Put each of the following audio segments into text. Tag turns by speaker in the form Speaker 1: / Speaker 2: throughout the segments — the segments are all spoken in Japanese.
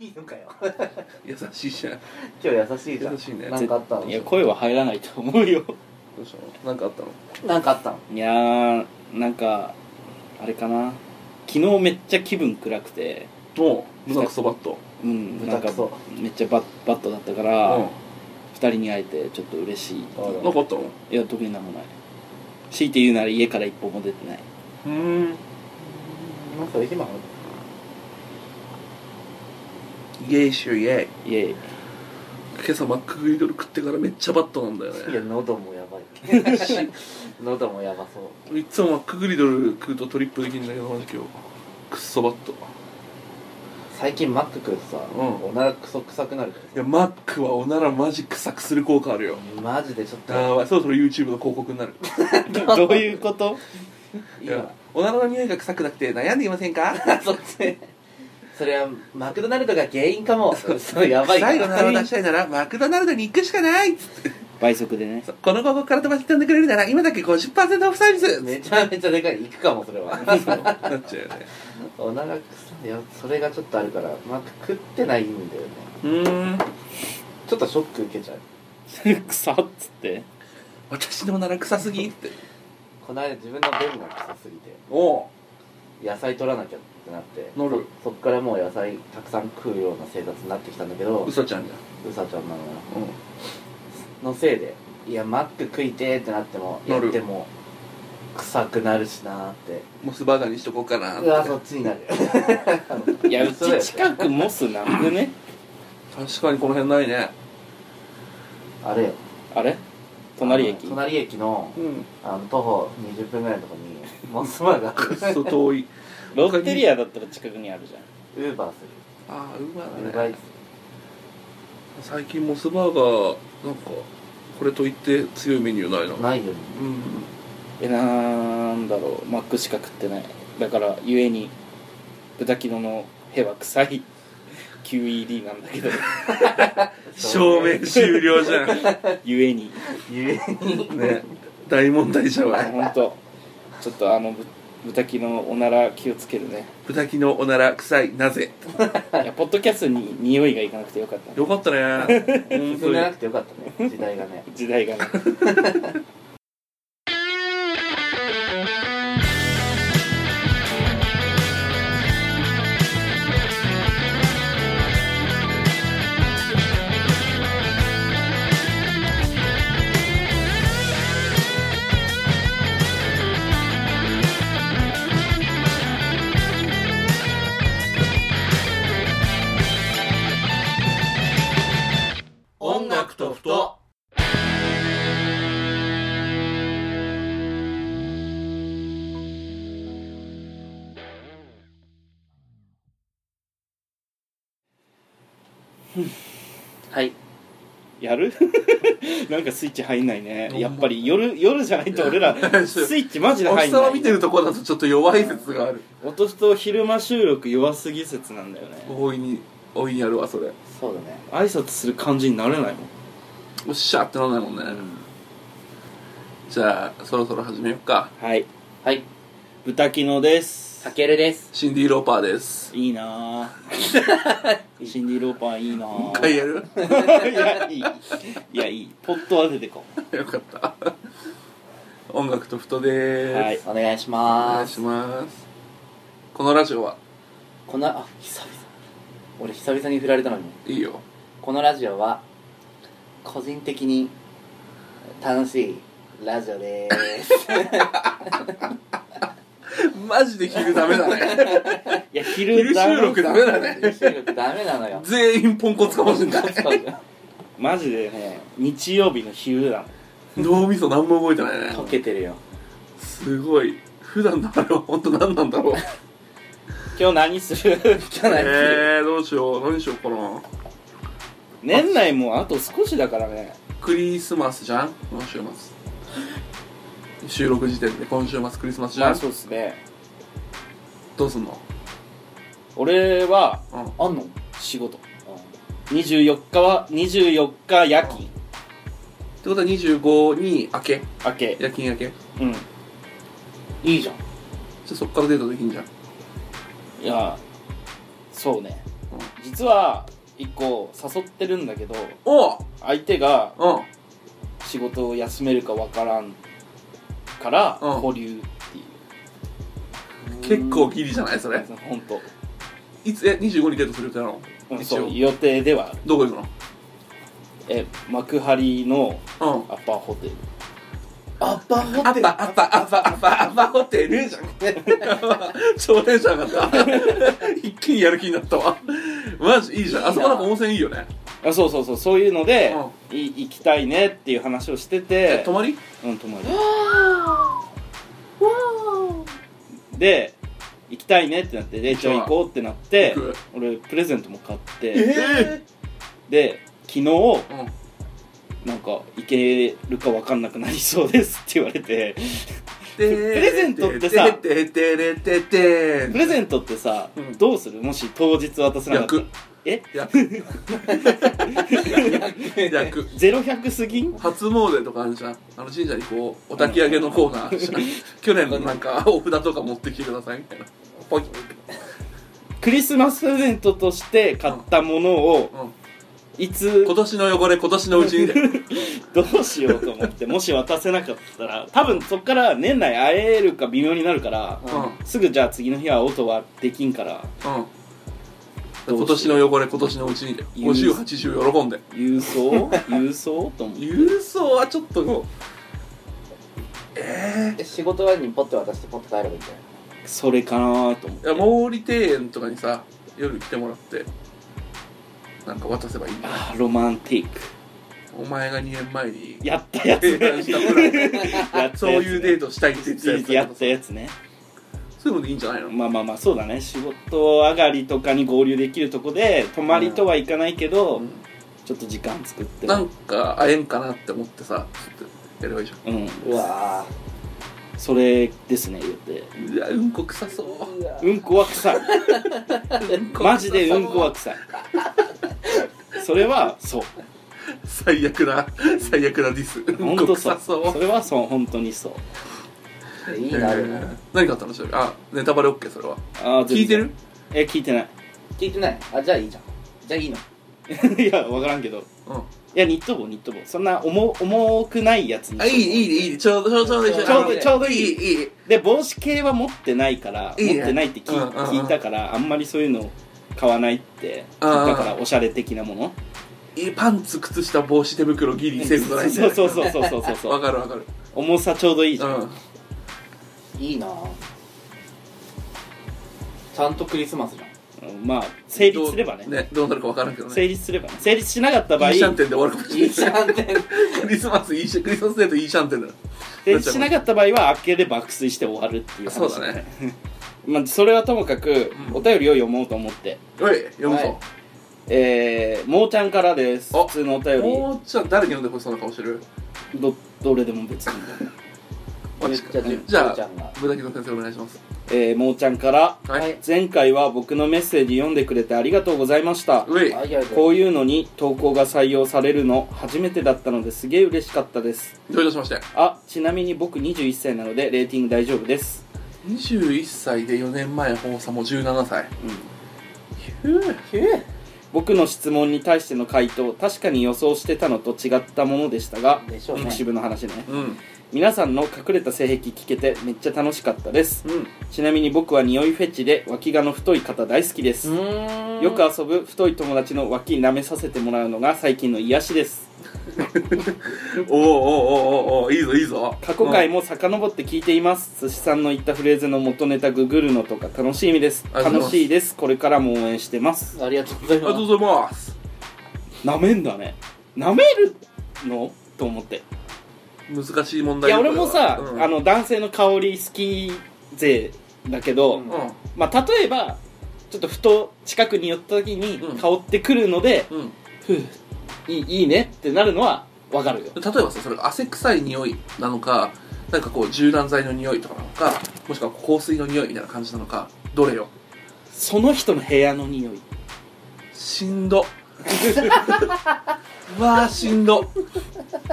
Speaker 1: いいのかよ
Speaker 2: 優しいじゃん
Speaker 1: 今日優しいじゃん
Speaker 2: 優しいね
Speaker 1: なんかあったの
Speaker 3: いや声は入らないと思うよ
Speaker 2: どうしたのなんかあったの
Speaker 1: なんかあったの
Speaker 3: いやーなんかあれかな昨日めっちゃ気分暗くて
Speaker 2: おう豚クソバット
Speaker 3: うんなん
Speaker 1: 豚
Speaker 3: か
Speaker 1: クソ
Speaker 3: めっちゃバッバットだったから、二人に会えてちょっと嬉しい
Speaker 1: あ
Speaker 2: うんなんかあったの
Speaker 3: いや特になんもない強いて言うなら家から一歩も出てない
Speaker 2: う
Speaker 1: な
Speaker 2: ん
Speaker 1: んか今の
Speaker 2: イエイシュイエイ
Speaker 3: イエイ
Speaker 2: 今朝マックグリドル食ってからめっちゃバットなんだよ
Speaker 1: いや
Speaker 2: ね
Speaker 1: 喉もやばい喉もやばそう
Speaker 2: いつもマックグリドル食うとトリップできるんだけどマジ今日クッソバット
Speaker 1: 最近マック食うとさ、
Speaker 2: うん
Speaker 1: おならクソ臭くなるか
Speaker 2: いやマックはおならマジ臭くする効果あるよ
Speaker 1: らさマジでちょっ
Speaker 2: あ
Speaker 1: と
Speaker 2: ーそろそろ YouTube の広告になる
Speaker 3: どういうこと
Speaker 2: い
Speaker 1: 今
Speaker 2: やおならの匂いが臭くなくて悩んでいませんか
Speaker 1: そっちそれはマクドナルドが原因かもそれやばい
Speaker 2: 最後の
Speaker 1: な
Speaker 2: おならを出したいならマクドナルドに行くしかないつって
Speaker 3: 倍速でね
Speaker 2: そうこの広告から飛ばして飛んでくれるなら今だけ50%オフサービス
Speaker 1: めちゃめちゃでかい行くかもそれは
Speaker 2: そうなっちゃうよね
Speaker 1: おなら臭いいやそれがちょっとあるからマック食ってないんだよね
Speaker 2: うーん
Speaker 1: ちょっとショック受けちゃう
Speaker 3: 草っつって
Speaker 2: 私のおなら臭すぎって
Speaker 1: この間自分の便が臭すぎて
Speaker 2: お
Speaker 1: 野菜取らなきゃってなって
Speaker 2: 乗る
Speaker 1: そっからもう野菜たくさん食うような生活になってきたんだけど
Speaker 2: うさちゃんじゃん
Speaker 1: うさちゃんなのよ
Speaker 2: うん
Speaker 1: のせいでいやマック食いてーってなっても
Speaker 2: な
Speaker 1: や
Speaker 2: る
Speaker 1: っても臭くなるしなーって
Speaker 2: モスバーガーにしとこうかなって
Speaker 1: うわそっちになる
Speaker 3: いやう
Speaker 1: そうだ
Speaker 3: ち
Speaker 1: よ
Speaker 3: 近くモスなんでね
Speaker 2: 確かにこの辺ないね
Speaker 1: あれよ
Speaker 3: あれ隣
Speaker 1: あ
Speaker 3: 駅
Speaker 1: の隣駅の
Speaker 2: うん
Speaker 1: あの徒歩20分ぐらいのとこにモスバーガ
Speaker 2: くっ
Speaker 1: ー
Speaker 2: そ遠い
Speaker 3: ロッテリアだったら近くにあるじゃん
Speaker 1: ウーバーす
Speaker 2: ああうま
Speaker 1: るウー
Speaker 2: だ
Speaker 1: バーイ
Speaker 2: ね
Speaker 1: ーツ
Speaker 2: 最近モスバーガーなんかこれといって強いメニューないな
Speaker 1: ないよね
Speaker 2: うん
Speaker 3: えなんだろうマックしか食ってないだからゆえに豚キノのヘは臭い QED なんだけど
Speaker 2: 証明終了 じゃん
Speaker 3: ゆえに
Speaker 1: ゆえに
Speaker 2: ね大問題じゃわ
Speaker 3: 本当ちょっとあのぶ豚キノおなら気をつけるね
Speaker 2: 豚キのおなら臭いなぜ
Speaker 3: いやポッドキャストに匂いがいかなくてよかったね
Speaker 2: よかったね本
Speaker 1: 進ん
Speaker 2: 当
Speaker 1: でな
Speaker 2: に
Speaker 1: くてよかったね時代がね
Speaker 3: 時代がね
Speaker 2: 音楽とふと
Speaker 3: はいやる なんかスイッチ入んないね
Speaker 2: ほんま
Speaker 3: やっぱり夜夜じゃないと 俺らスイッチマジで
Speaker 2: お
Speaker 3: 入
Speaker 2: 日
Speaker 3: んな
Speaker 2: 様
Speaker 3: い
Speaker 2: 見てるとこだとちょっと弱い説がある
Speaker 3: おとと昼間収録弱すぎ説なんだよね
Speaker 2: 大いに大いにやるわそれ
Speaker 1: そうだね
Speaker 3: 挨拶する感じになれないもん、
Speaker 2: おっしゃってならないもんね、じゃあそろそろ始めようか
Speaker 3: はい
Speaker 1: はい
Speaker 3: 豚キノです
Speaker 1: たけるです
Speaker 2: シンディ・ローパーです
Speaker 3: い いなぁシンディ・ローパーいいなぁ
Speaker 2: 一回やる
Speaker 3: いやいいいやいいポットは出てこ
Speaker 2: よかった音楽とふとでーす、
Speaker 3: はい
Speaker 1: お願いし
Speaker 2: お
Speaker 1: ま
Speaker 2: 願い
Speaker 1: ーす
Speaker 2: しますこのラジオは
Speaker 1: このあ久々俺久々に振られたのに
Speaker 2: いいよ
Speaker 1: このラジオは個人的に楽しいラジオでーす
Speaker 2: マジで昼ダメだ ね
Speaker 3: いや昼
Speaker 2: 昼
Speaker 3: だ
Speaker 2: 収録ダメだね
Speaker 1: 収録ダメなのよ
Speaker 2: 全員ポンコツかもしれない
Speaker 3: マジでね日曜日の昼だもん
Speaker 2: 脳みそ何も動いてないね
Speaker 1: 溶けてるよ
Speaker 2: すごい普段のあれは本当何 なんだろう
Speaker 3: 今日何する
Speaker 1: じゃない、
Speaker 2: えー、どうしよう何しようかな
Speaker 3: 年内もうあと少しだからね
Speaker 2: クリスマスじゃん今週 末収録時点で今週末クリスマスじ
Speaker 3: ま
Speaker 2: ゃ
Speaker 3: あ
Speaker 2: ん
Speaker 3: そうっすね
Speaker 2: どうすんの
Speaker 3: 俺は
Speaker 2: うん
Speaker 1: あんの
Speaker 3: 仕事24日は24日夜勤
Speaker 2: ってことは25に明け
Speaker 3: 明け
Speaker 2: 夜勤明け
Speaker 3: うんいいじゃん
Speaker 2: じゃあそっからデートできんじゃん
Speaker 3: いやそうね実は一個誘ってるんだけど
Speaker 2: おう
Speaker 3: 相手が
Speaker 2: うん
Speaker 3: 仕事を休めるかわからんから
Speaker 2: うん
Speaker 3: 保留っていう
Speaker 2: 結構ギリじゃないそれ
Speaker 3: 本当
Speaker 2: いつえ25にデートする予定なの
Speaker 3: うん
Speaker 2: 一
Speaker 3: そ
Speaker 2: 応
Speaker 3: う予定ではある
Speaker 2: どこ行く
Speaker 3: え幕張の
Speaker 2: のうん
Speaker 3: アパホテル
Speaker 4: アッパーホ
Speaker 2: ア
Speaker 4: テル
Speaker 2: ッパアッパアッパアッパアッパホテルじゃん超テンション上がった一気にやる気になったわマジいいじゃんあそこなんか温泉いいよね
Speaker 3: あそうそうそうそういうので、い行きたいねっていう話をして
Speaker 2: え
Speaker 3: て
Speaker 2: 泊まり
Speaker 3: うん泊まりで行きたいねってなってでじゃあ行こうってなって
Speaker 2: 行く
Speaker 3: 俺プレゼントも買って
Speaker 2: え
Speaker 3: で昨日
Speaker 2: えうん
Speaker 3: なんか行けるか分かんなくなりそうですって言われて
Speaker 2: プ
Speaker 3: レゼントってさ
Speaker 2: ててれてて
Speaker 3: プレゼントってさ、
Speaker 2: うん
Speaker 3: どうするもし当日渡せなかっ
Speaker 2: 焼
Speaker 3: たら
Speaker 2: く
Speaker 3: え
Speaker 2: 焼く焼く
Speaker 3: ゼロ百過ぎん
Speaker 2: 初詣とかあるじゃんあの神社にこうお焚き上げのコーナーあるじゃん去年のなんかお札とか持ってきてくださいみたいなポイ
Speaker 3: クリスマスプレゼントとして買ったものを
Speaker 2: うん
Speaker 3: いつ
Speaker 2: 今年の汚れ今年のうちにだよ
Speaker 3: どうしようと思ってもし渡せなかっ たら多分そっから年内会えるか微妙になるから
Speaker 2: うんうん
Speaker 3: すぐじゃあ次の日は音はできん からどうしよう
Speaker 2: 今年の汚れ今年のうちにだよ
Speaker 3: 言う
Speaker 2: 50、80喜んで
Speaker 3: 郵送郵送と思って
Speaker 2: 郵送はちょっとこう
Speaker 4: え仕事終わりにポッと渡してポッと帰ればいいんじゃない
Speaker 3: それかなと思って
Speaker 2: いや毛利庭園とかにさ夜来てもらってなんか渡せばいいんだよ
Speaker 3: あーロマンティック
Speaker 2: お前が2年前に
Speaker 3: やったやつ
Speaker 2: 提案したぐらい
Speaker 3: やった
Speaker 2: そういうデー
Speaker 3: ト
Speaker 2: トしたいって言ってたやつ
Speaker 3: やったやつね
Speaker 2: そういうのでいいんじゃないの
Speaker 3: まあまあまあそうだね仕事上がりとかに合流できるとこで泊まりとはいかないけど、
Speaker 2: うん
Speaker 3: ちょっと時間作って
Speaker 2: なんか会えんかなって思ってさちょっとやればいいじゃ
Speaker 3: うん
Speaker 4: うわ
Speaker 3: それですね言って
Speaker 2: んうわうんこ臭そう
Speaker 4: ー
Speaker 3: うんこは臭いマジでうんこは臭いそれはそう
Speaker 2: 最悪な最悪なディスうん
Speaker 3: 本
Speaker 2: こ
Speaker 3: 当そ
Speaker 2: 臭
Speaker 3: う
Speaker 2: そう
Speaker 3: それはそう本当にそう
Speaker 4: いい
Speaker 2: え
Speaker 4: なあるな
Speaker 2: ー何かあったのしあネタバレ OK それは
Speaker 3: あー全然
Speaker 2: 聞いてる
Speaker 3: え聞いてない
Speaker 4: 聞いてないあじゃあいいじゃんじゃあいいの
Speaker 3: い や分からんけど
Speaker 2: うん
Speaker 3: いやニット帽ニット帽そんな重重くないやつに
Speaker 2: あいいいいいいちょうどちょうどいい
Speaker 4: ちょうどいい
Speaker 2: あ
Speaker 4: ちょ
Speaker 3: うどいい
Speaker 2: いいいい
Speaker 3: で帽子系は持ってないから
Speaker 2: いいね
Speaker 3: 持ってないって聞,、
Speaker 2: うんうんうん
Speaker 3: 聞いたからあんまりそういうの買わないって
Speaker 2: うんうん
Speaker 3: 聞いたからおしゃれ的なもの
Speaker 2: いいパンツ靴下帽子手袋ギリセーフじゃないんだ
Speaker 3: そ
Speaker 2: よ
Speaker 3: う
Speaker 2: ね
Speaker 3: そうそうそうそうそうそ
Speaker 2: わ
Speaker 3: う
Speaker 2: かるわかる
Speaker 3: 重さちょうどいいじ
Speaker 2: う
Speaker 3: ゃん、
Speaker 2: ん
Speaker 4: いいなあちゃんとクリスマスじゃん
Speaker 3: うんまあ成立すればね
Speaker 2: ねどうなるかわからんけどね
Speaker 3: 成立すればね成立しなかった場合
Speaker 2: いいシャンテンで終わるかも
Speaker 4: い
Speaker 2: しれない
Speaker 4: いじゃんって
Speaker 2: クリスマスいいしクリスマスデートいいシャンテンだよ
Speaker 3: 成立しなかった場合は開ければ爆睡して終わるっていう話
Speaker 2: そうだね
Speaker 3: まあそれはともかく
Speaker 2: うん
Speaker 3: お便りを読もうと思って、
Speaker 2: おい読む
Speaker 4: はい
Speaker 2: ぞ
Speaker 3: えー、もーちゃんからです
Speaker 2: お
Speaker 3: 普通のお便り
Speaker 2: もうちょっと誰に読んでほしそうな顔してる
Speaker 3: どどれでも別に、
Speaker 2: マジ
Speaker 4: じゃ
Speaker 2: か
Speaker 4: あじゅん
Speaker 2: じゃ
Speaker 4: じゅんちゃん
Speaker 2: あ
Speaker 4: が
Speaker 2: 無駄木の先生お願いします
Speaker 3: えー、もーちゃんから
Speaker 2: は
Speaker 4: はいい
Speaker 3: 前回は僕のメッセージ読んでくれてありがとうございました
Speaker 2: うい
Speaker 4: あいやいや
Speaker 3: こういうのに投稿が採用されるの初めてだったのですげえ嬉しかったです
Speaker 2: どういたしまして
Speaker 3: あちなみに僕21歳なのでレーティング大丈夫です
Speaker 2: 21歳で4年前本さも17歳
Speaker 3: うん
Speaker 2: ひゅー
Speaker 4: ひゅ
Speaker 3: 僕の質問に対しての回答確かに予想してたのと違ったものでしたが
Speaker 4: でしょうね
Speaker 3: ピクシブの話ね
Speaker 2: うん
Speaker 3: 皆さんの隠れた性癖聞けてめっちゃ楽しかったです
Speaker 2: うん
Speaker 3: ちなみに僕は匂いフェチで脇がの太い方大好きです
Speaker 4: ーん
Speaker 3: よく遊ぶ太い友達の脇舐めさせてもらうのが最近の癒しです
Speaker 2: おおおおおうおういいぞいいぞ
Speaker 3: 過去回も遡って聞いています寿司さんの言ったフレーズの元ネタググるのとか楽しみです
Speaker 2: ありがとうございます
Speaker 3: 楽しいですこれからも応援してます
Speaker 4: ありがとうござい
Speaker 2: うんありが
Speaker 4: ま
Speaker 2: とうございます
Speaker 3: 舐めんだね舐めるのと思って
Speaker 2: 難しい問
Speaker 3: い
Speaker 2: 題
Speaker 3: や
Speaker 2: よ
Speaker 3: 俺もさ、
Speaker 2: これは
Speaker 3: あの男性の香り好き勢だけ
Speaker 4: う
Speaker 3: ど、
Speaker 4: ん
Speaker 2: う
Speaker 3: まあ例えばちょっとふと近くに寄った時に
Speaker 2: うん
Speaker 3: 香ってくるので、
Speaker 2: んうん
Speaker 3: ふういいいいねってなるのはわかるよ
Speaker 2: 例えばさそれが汗臭い匂いなのかなんかこう柔軟剤の匂いとかなのかもしくは香水の匂いみたいな感じなのかどれよ
Speaker 3: その人の部屋の匂い
Speaker 2: しんどうわーしんど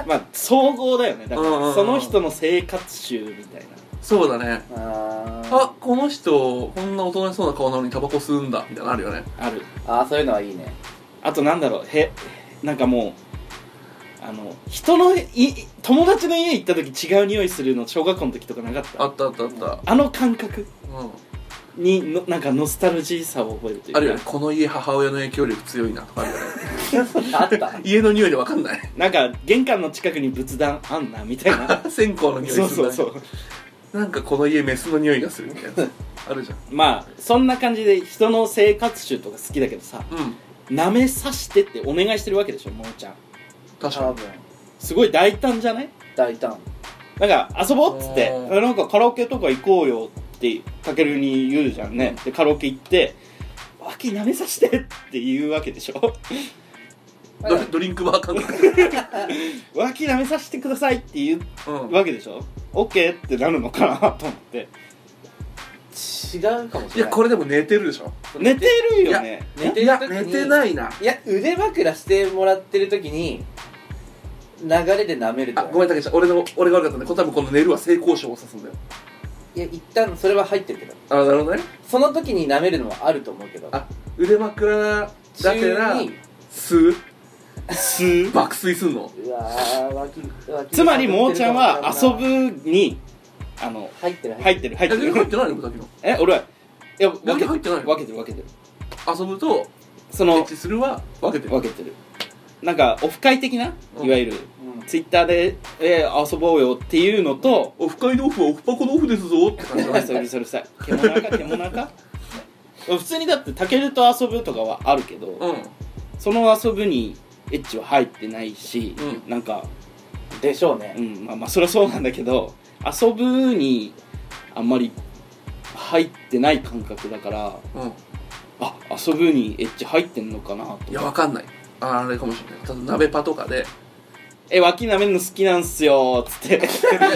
Speaker 3: まあ総合だよねだか
Speaker 2: うんうんう
Speaker 3: ら
Speaker 2: ん
Speaker 3: その人の生活臭みたいな
Speaker 2: そうだね
Speaker 4: すあ
Speaker 2: あこの人こんな大人そうな顔なのにタバコ吸うんだみたいなのあるよね
Speaker 3: ある
Speaker 4: ああそういうのはいいね
Speaker 3: あとなんだろうへなんかもうあの人のい友達の家行った時違う匂いするの小学校の時とかなかった
Speaker 2: あ
Speaker 3: あ
Speaker 2: ったあったあった、うん
Speaker 3: の感覚にのなんかノスタルジーさを覚えるというか
Speaker 2: あるよねこの家母親の影響力強いなとかあるよね
Speaker 4: あった
Speaker 2: 家の匂いでわかんない
Speaker 3: なんか玄関の近くに仏壇あんなみたい な
Speaker 2: 線香の匂いする
Speaker 3: そ
Speaker 2: な
Speaker 3: うそうそう
Speaker 2: なんかこの家メスの匂いがするみたいなあるじゃん
Speaker 3: まあそんな感じで人の生活習とか好きだけどさ
Speaker 2: うん
Speaker 3: 舐めさしてってお願いしてるわけでしょもーちゃん
Speaker 2: 確か
Speaker 4: 多
Speaker 2: に
Speaker 4: 分
Speaker 3: すごい大胆じゃない
Speaker 4: 大胆
Speaker 3: なんか遊ぼうっつって
Speaker 2: うん
Speaker 3: なんかカラオケとか行こうよってたけるに言うじゃんねでカラオケ行って「脇舐めさせて」って言うわけでしょ
Speaker 2: ドリドリンクバー感覚
Speaker 3: 「脇舐めさせてください」って言
Speaker 2: うん
Speaker 3: うわけでしょ OK ってなるのかなと思って
Speaker 4: 違うかもし
Speaker 2: い
Speaker 4: れない
Speaker 2: やこれでも寝てるでしょ
Speaker 3: 寝てるよね
Speaker 4: 寝て
Speaker 2: い
Speaker 4: る
Speaker 2: や
Speaker 4: 時に
Speaker 2: 寝てないない
Speaker 4: や腕枕してもらってる時に流れで舐めると
Speaker 2: あごめんたけちゃん俺の俺が悪かったねこれ多分この寝るは性交渉を指すんだよ
Speaker 4: いや一旦それは入ってるけど
Speaker 2: あなるほどね
Speaker 4: その時に舐めるのはあると思うけど
Speaker 2: あ腕枕だけら
Speaker 4: 中に
Speaker 2: 吸う
Speaker 3: すー
Speaker 2: 爆睡すんの
Speaker 4: うわー脇脇
Speaker 3: つまりもーちゃんは遊ぶにあの
Speaker 4: 入ってる入
Speaker 3: 入
Speaker 4: っ
Speaker 3: ってる入
Speaker 2: え
Speaker 3: って
Speaker 2: 入っ
Speaker 3: る
Speaker 2: てないのブタキの
Speaker 3: え俺はいや分けて
Speaker 2: 入ってない
Speaker 3: る分けてる分けてる
Speaker 2: 遊ぶと
Speaker 3: そ
Speaker 2: エ
Speaker 3: の
Speaker 2: ッチするは分けてる
Speaker 3: 分けてるなんかオフ会的な
Speaker 2: うん
Speaker 3: いわゆる
Speaker 4: てる、うん
Speaker 3: ツイッターで、えー遊ぼうよっていうのと、
Speaker 2: オフ会のオフはオフパコのオフですぞって感じ
Speaker 3: う
Speaker 2: だ
Speaker 3: る
Speaker 2: ね
Speaker 3: さいうるさいうるさい獣中獣中普通にだってタケルと遊ぶとかはあるけど、
Speaker 2: う
Speaker 3: その遊ぶにエッチは入ってないし、
Speaker 2: う
Speaker 3: なんか、
Speaker 4: でしょうね
Speaker 3: う、ん、まあまあそりゃそうなんだけど遊ぶにあんまり入ってない感覚だから
Speaker 2: んうん
Speaker 3: あ遊ぶにエッチ入ってんのかなと
Speaker 2: いやわかんないああれかもしれないただ鍋パとかで
Speaker 3: え脇舐めるの好きなんすよっつって
Speaker 2: い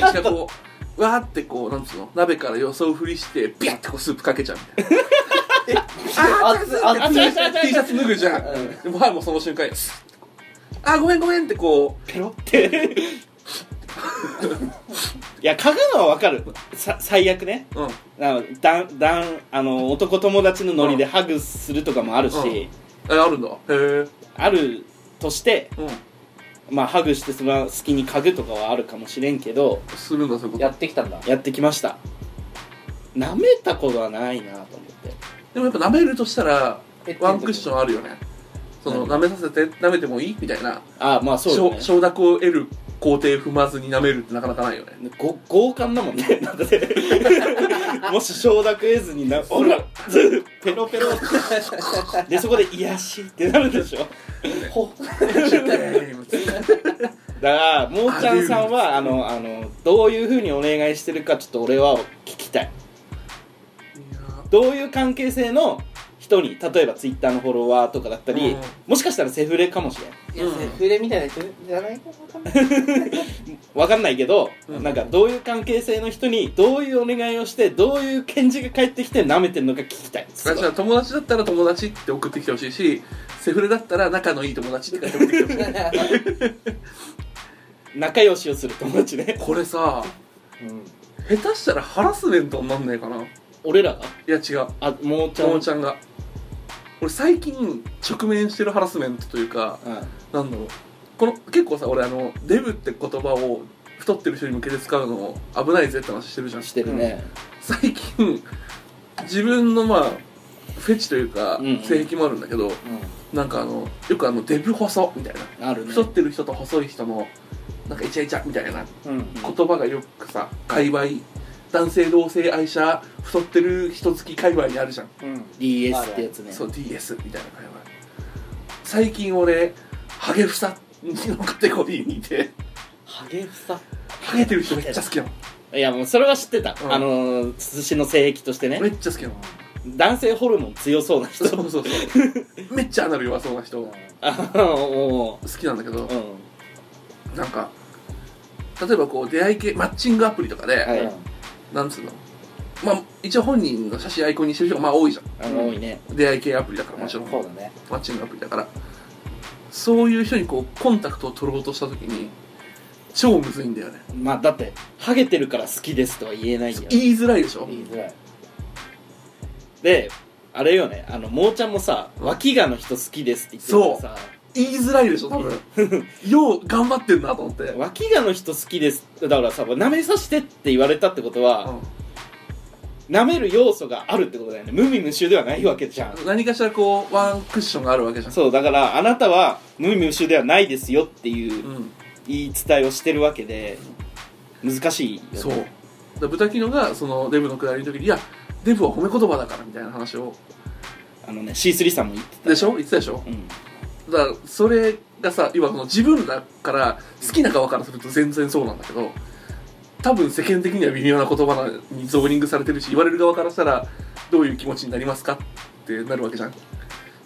Speaker 2: やしかもこうわーってこうなんつうの鍋から予想ふりしてピャッてこうスープかけちゃうみたいなあー熱い
Speaker 4: あ
Speaker 3: 熱い熱い熱い
Speaker 2: T シャツ脱ぐじゃん
Speaker 4: うん
Speaker 2: でもはいもうその瞬間にスッあーごめんごめんってこ
Speaker 3: ペロっていや嗅ぐのはわかるさ最悪ね
Speaker 2: ううん
Speaker 3: あのだんだんあの男友達のノリでハグするとかもあるし、
Speaker 2: うんえあるんだへえ
Speaker 3: あるとして、
Speaker 2: うん
Speaker 3: まあ、ハグしてその好きに嗅ぐとかはあるかもしれんけど
Speaker 2: するんだそういうこと
Speaker 4: やってきたんだ
Speaker 3: やってきました舐めたことはないなと思って
Speaker 2: でもやっぱ舐めるとしたら
Speaker 4: え
Speaker 2: ワンクッションあるよねその舐めさせて舐めてもいいみたいな
Speaker 3: ああまあそうだね
Speaker 2: しょ承諾を得る工程踏まずに舐めるってなかなかないよ ね
Speaker 3: ご強姦だもんね だってもし承諾得ずにな「ほら ずペロペロ」でそこで「癒やし」ってなるでしょ
Speaker 4: ほ
Speaker 3: だからもーちゃんさんは
Speaker 2: あ
Speaker 3: あのあのどういうふうにお願いしてるかちょっと俺は聞きたいどういう関係性の人に例えばツイッターのフォロワーとかだったり、
Speaker 2: うん
Speaker 3: もしかしたらセフレかもしれん
Speaker 4: いや
Speaker 2: うん
Speaker 4: セフレみたいな人じゃないかわかんない
Speaker 3: わかんないけど、
Speaker 2: うん
Speaker 3: なんかどういう関係性の人にどういうお願いをしてどういう返事が返ってきて舐めてるのか聞きたいす
Speaker 2: あ
Speaker 3: ごい
Speaker 2: じゃあ友達だったら友達って送ってきてほしいしセフレだったら仲のいい友達って書いて送ってきてほしい
Speaker 3: 仲良しをする友達で
Speaker 2: これさ
Speaker 4: うん
Speaker 2: 下手したらハラスメントになんないかない
Speaker 3: 俺らが
Speaker 2: や違う
Speaker 3: あもーちゃん
Speaker 2: 友ちゃんが俺最近直面してるハラスメントというか
Speaker 3: うん
Speaker 2: なんだろうこの結構さ俺あのデブって言葉を太ってる人に向けて使うの危ないぜって話してるじゃん
Speaker 3: してるね、
Speaker 2: 最近自分のまあフェチというか
Speaker 3: うんうん
Speaker 2: 性癖もあるんだけど、なんかあのよくあのデブ細みたいな、
Speaker 3: あるね
Speaker 2: 太ってる人と細い人のなんかイチャイチャみたいな
Speaker 4: うんうん
Speaker 2: 言葉がよくさ界隈男性同性愛者太ってる人好き界隈にあるじゃん、
Speaker 4: うん、
Speaker 3: DS ってやつね
Speaker 2: そう DS みたいな界隈最近俺ハゲフサのカテゴリーにいて
Speaker 4: ハゲフサ
Speaker 2: ハゲてる人めっちゃ好きなの
Speaker 3: いやもうそれは知ってた、
Speaker 2: うん
Speaker 3: あのー寿司の性癖としてね
Speaker 2: めっちゃ好きなの
Speaker 3: 男性ホルモン強そうな
Speaker 2: そう
Speaker 3: 人
Speaker 2: そうそうめっちゃアナル弱そうな人好
Speaker 3: あお
Speaker 2: きなんだけど
Speaker 3: ーうん
Speaker 2: なんか例えばこう出会い系マッチングアプリとかで、
Speaker 3: はい
Speaker 2: なんつうのまあ一応本人の写真アイコンにしてる人がまあ多いじゃ
Speaker 3: あの多いね
Speaker 2: ん出会い系アプリだからもちろん
Speaker 4: そうだね
Speaker 2: マッチングアプリだからそういう人にこうコンタクトを取ろうとした時に超むずいんだよね
Speaker 3: まあだってハゲてるから好きですとは言えないんだよ
Speaker 2: 言いづらいでしょ
Speaker 4: 言いづらい
Speaker 3: であれよねあのもーちゃんもさ「脇がの人好きです」って言って
Speaker 2: そう
Speaker 3: たからさ
Speaker 2: 言いづらいでしょ多分よ う頑張ってんなと思って、
Speaker 3: 脇がの人好きですだからさ舐めさせてって言われたってことは、舐める要素があるってことだよね無味無臭ではないわけじゃん
Speaker 2: うん、何かしらこうワンクッションがあるわけじゃん
Speaker 3: そうだからあなたは無味無臭ではないですよっていう
Speaker 2: うん
Speaker 3: 言い伝えをしてるわけで難しいよね
Speaker 2: そうだから豚キノがそのデブのくだりの時に「いやデブは褒め言葉だから」みたいな話を
Speaker 3: あのね C3 さんも言ってた
Speaker 2: でしょ言ってたでしょ
Speaker 3: うん
Speaker 2: だからそれがさ今その自分だから好きな側からすると全然そうなんだけど多分世間的には微妙な言葉なにゾーニングされてるし言われる側からしたらどういう気持ちになりますかってなるわけじゃん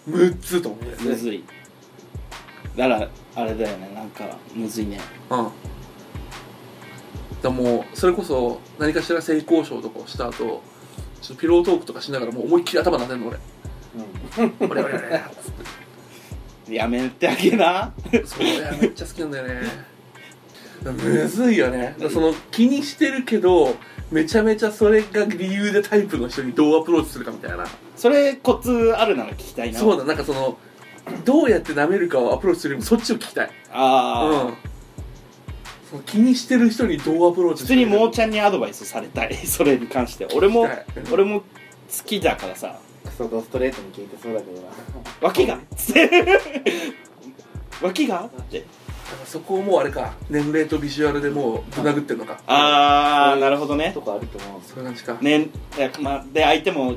Speaker 2: 6つと思って
Speaker 3: むずいだからあれだよねなんかむずいね
Speaker 2: うんだからもうそれこそ何かしら性交渉とかをした後ちょっとピロートークとかしながらもう思いっきり頭なでんの俺俺俺俺
Speaker 3: やめてあげな
Speaker 2: そういやめっちゃ好きなんだよねむずいよねその気にしてるけどめちゃめちゃそれが理由でタイプの人にどうアプローチするかみたいな
Speaker 3: それコツあるなら聞きたいな
Speaker 2: そうだなんかそのどうやって舐めるかをアプローチするよりもそっちを聞きたい
Speaker 3: ああ、
Speaker 2: うんその気にしてる人にどうアプローチす
Speaker 3: 普通
Speaker 2: る
Speaker 3: にもう
Speaker 2: ゃ
Speaker 3: ちゃんにアドバイスされたい それに関して俺も
Speaker 2: うん
Speaker 3: 俺も好きだからさ
Speaker 4: クソドストレートに聞いてそうだけどな
Speaker 3: 脇が 脇がって
Speaker 2: そこをもうあれか年齢とビジュアルでもうぶなぐってんのか
Speaker 3: ああなるほどね
Speaker 4: とかあると思うんですよ
Speaker 2: そういう感じか
Speaker 3: ねえまあで相手も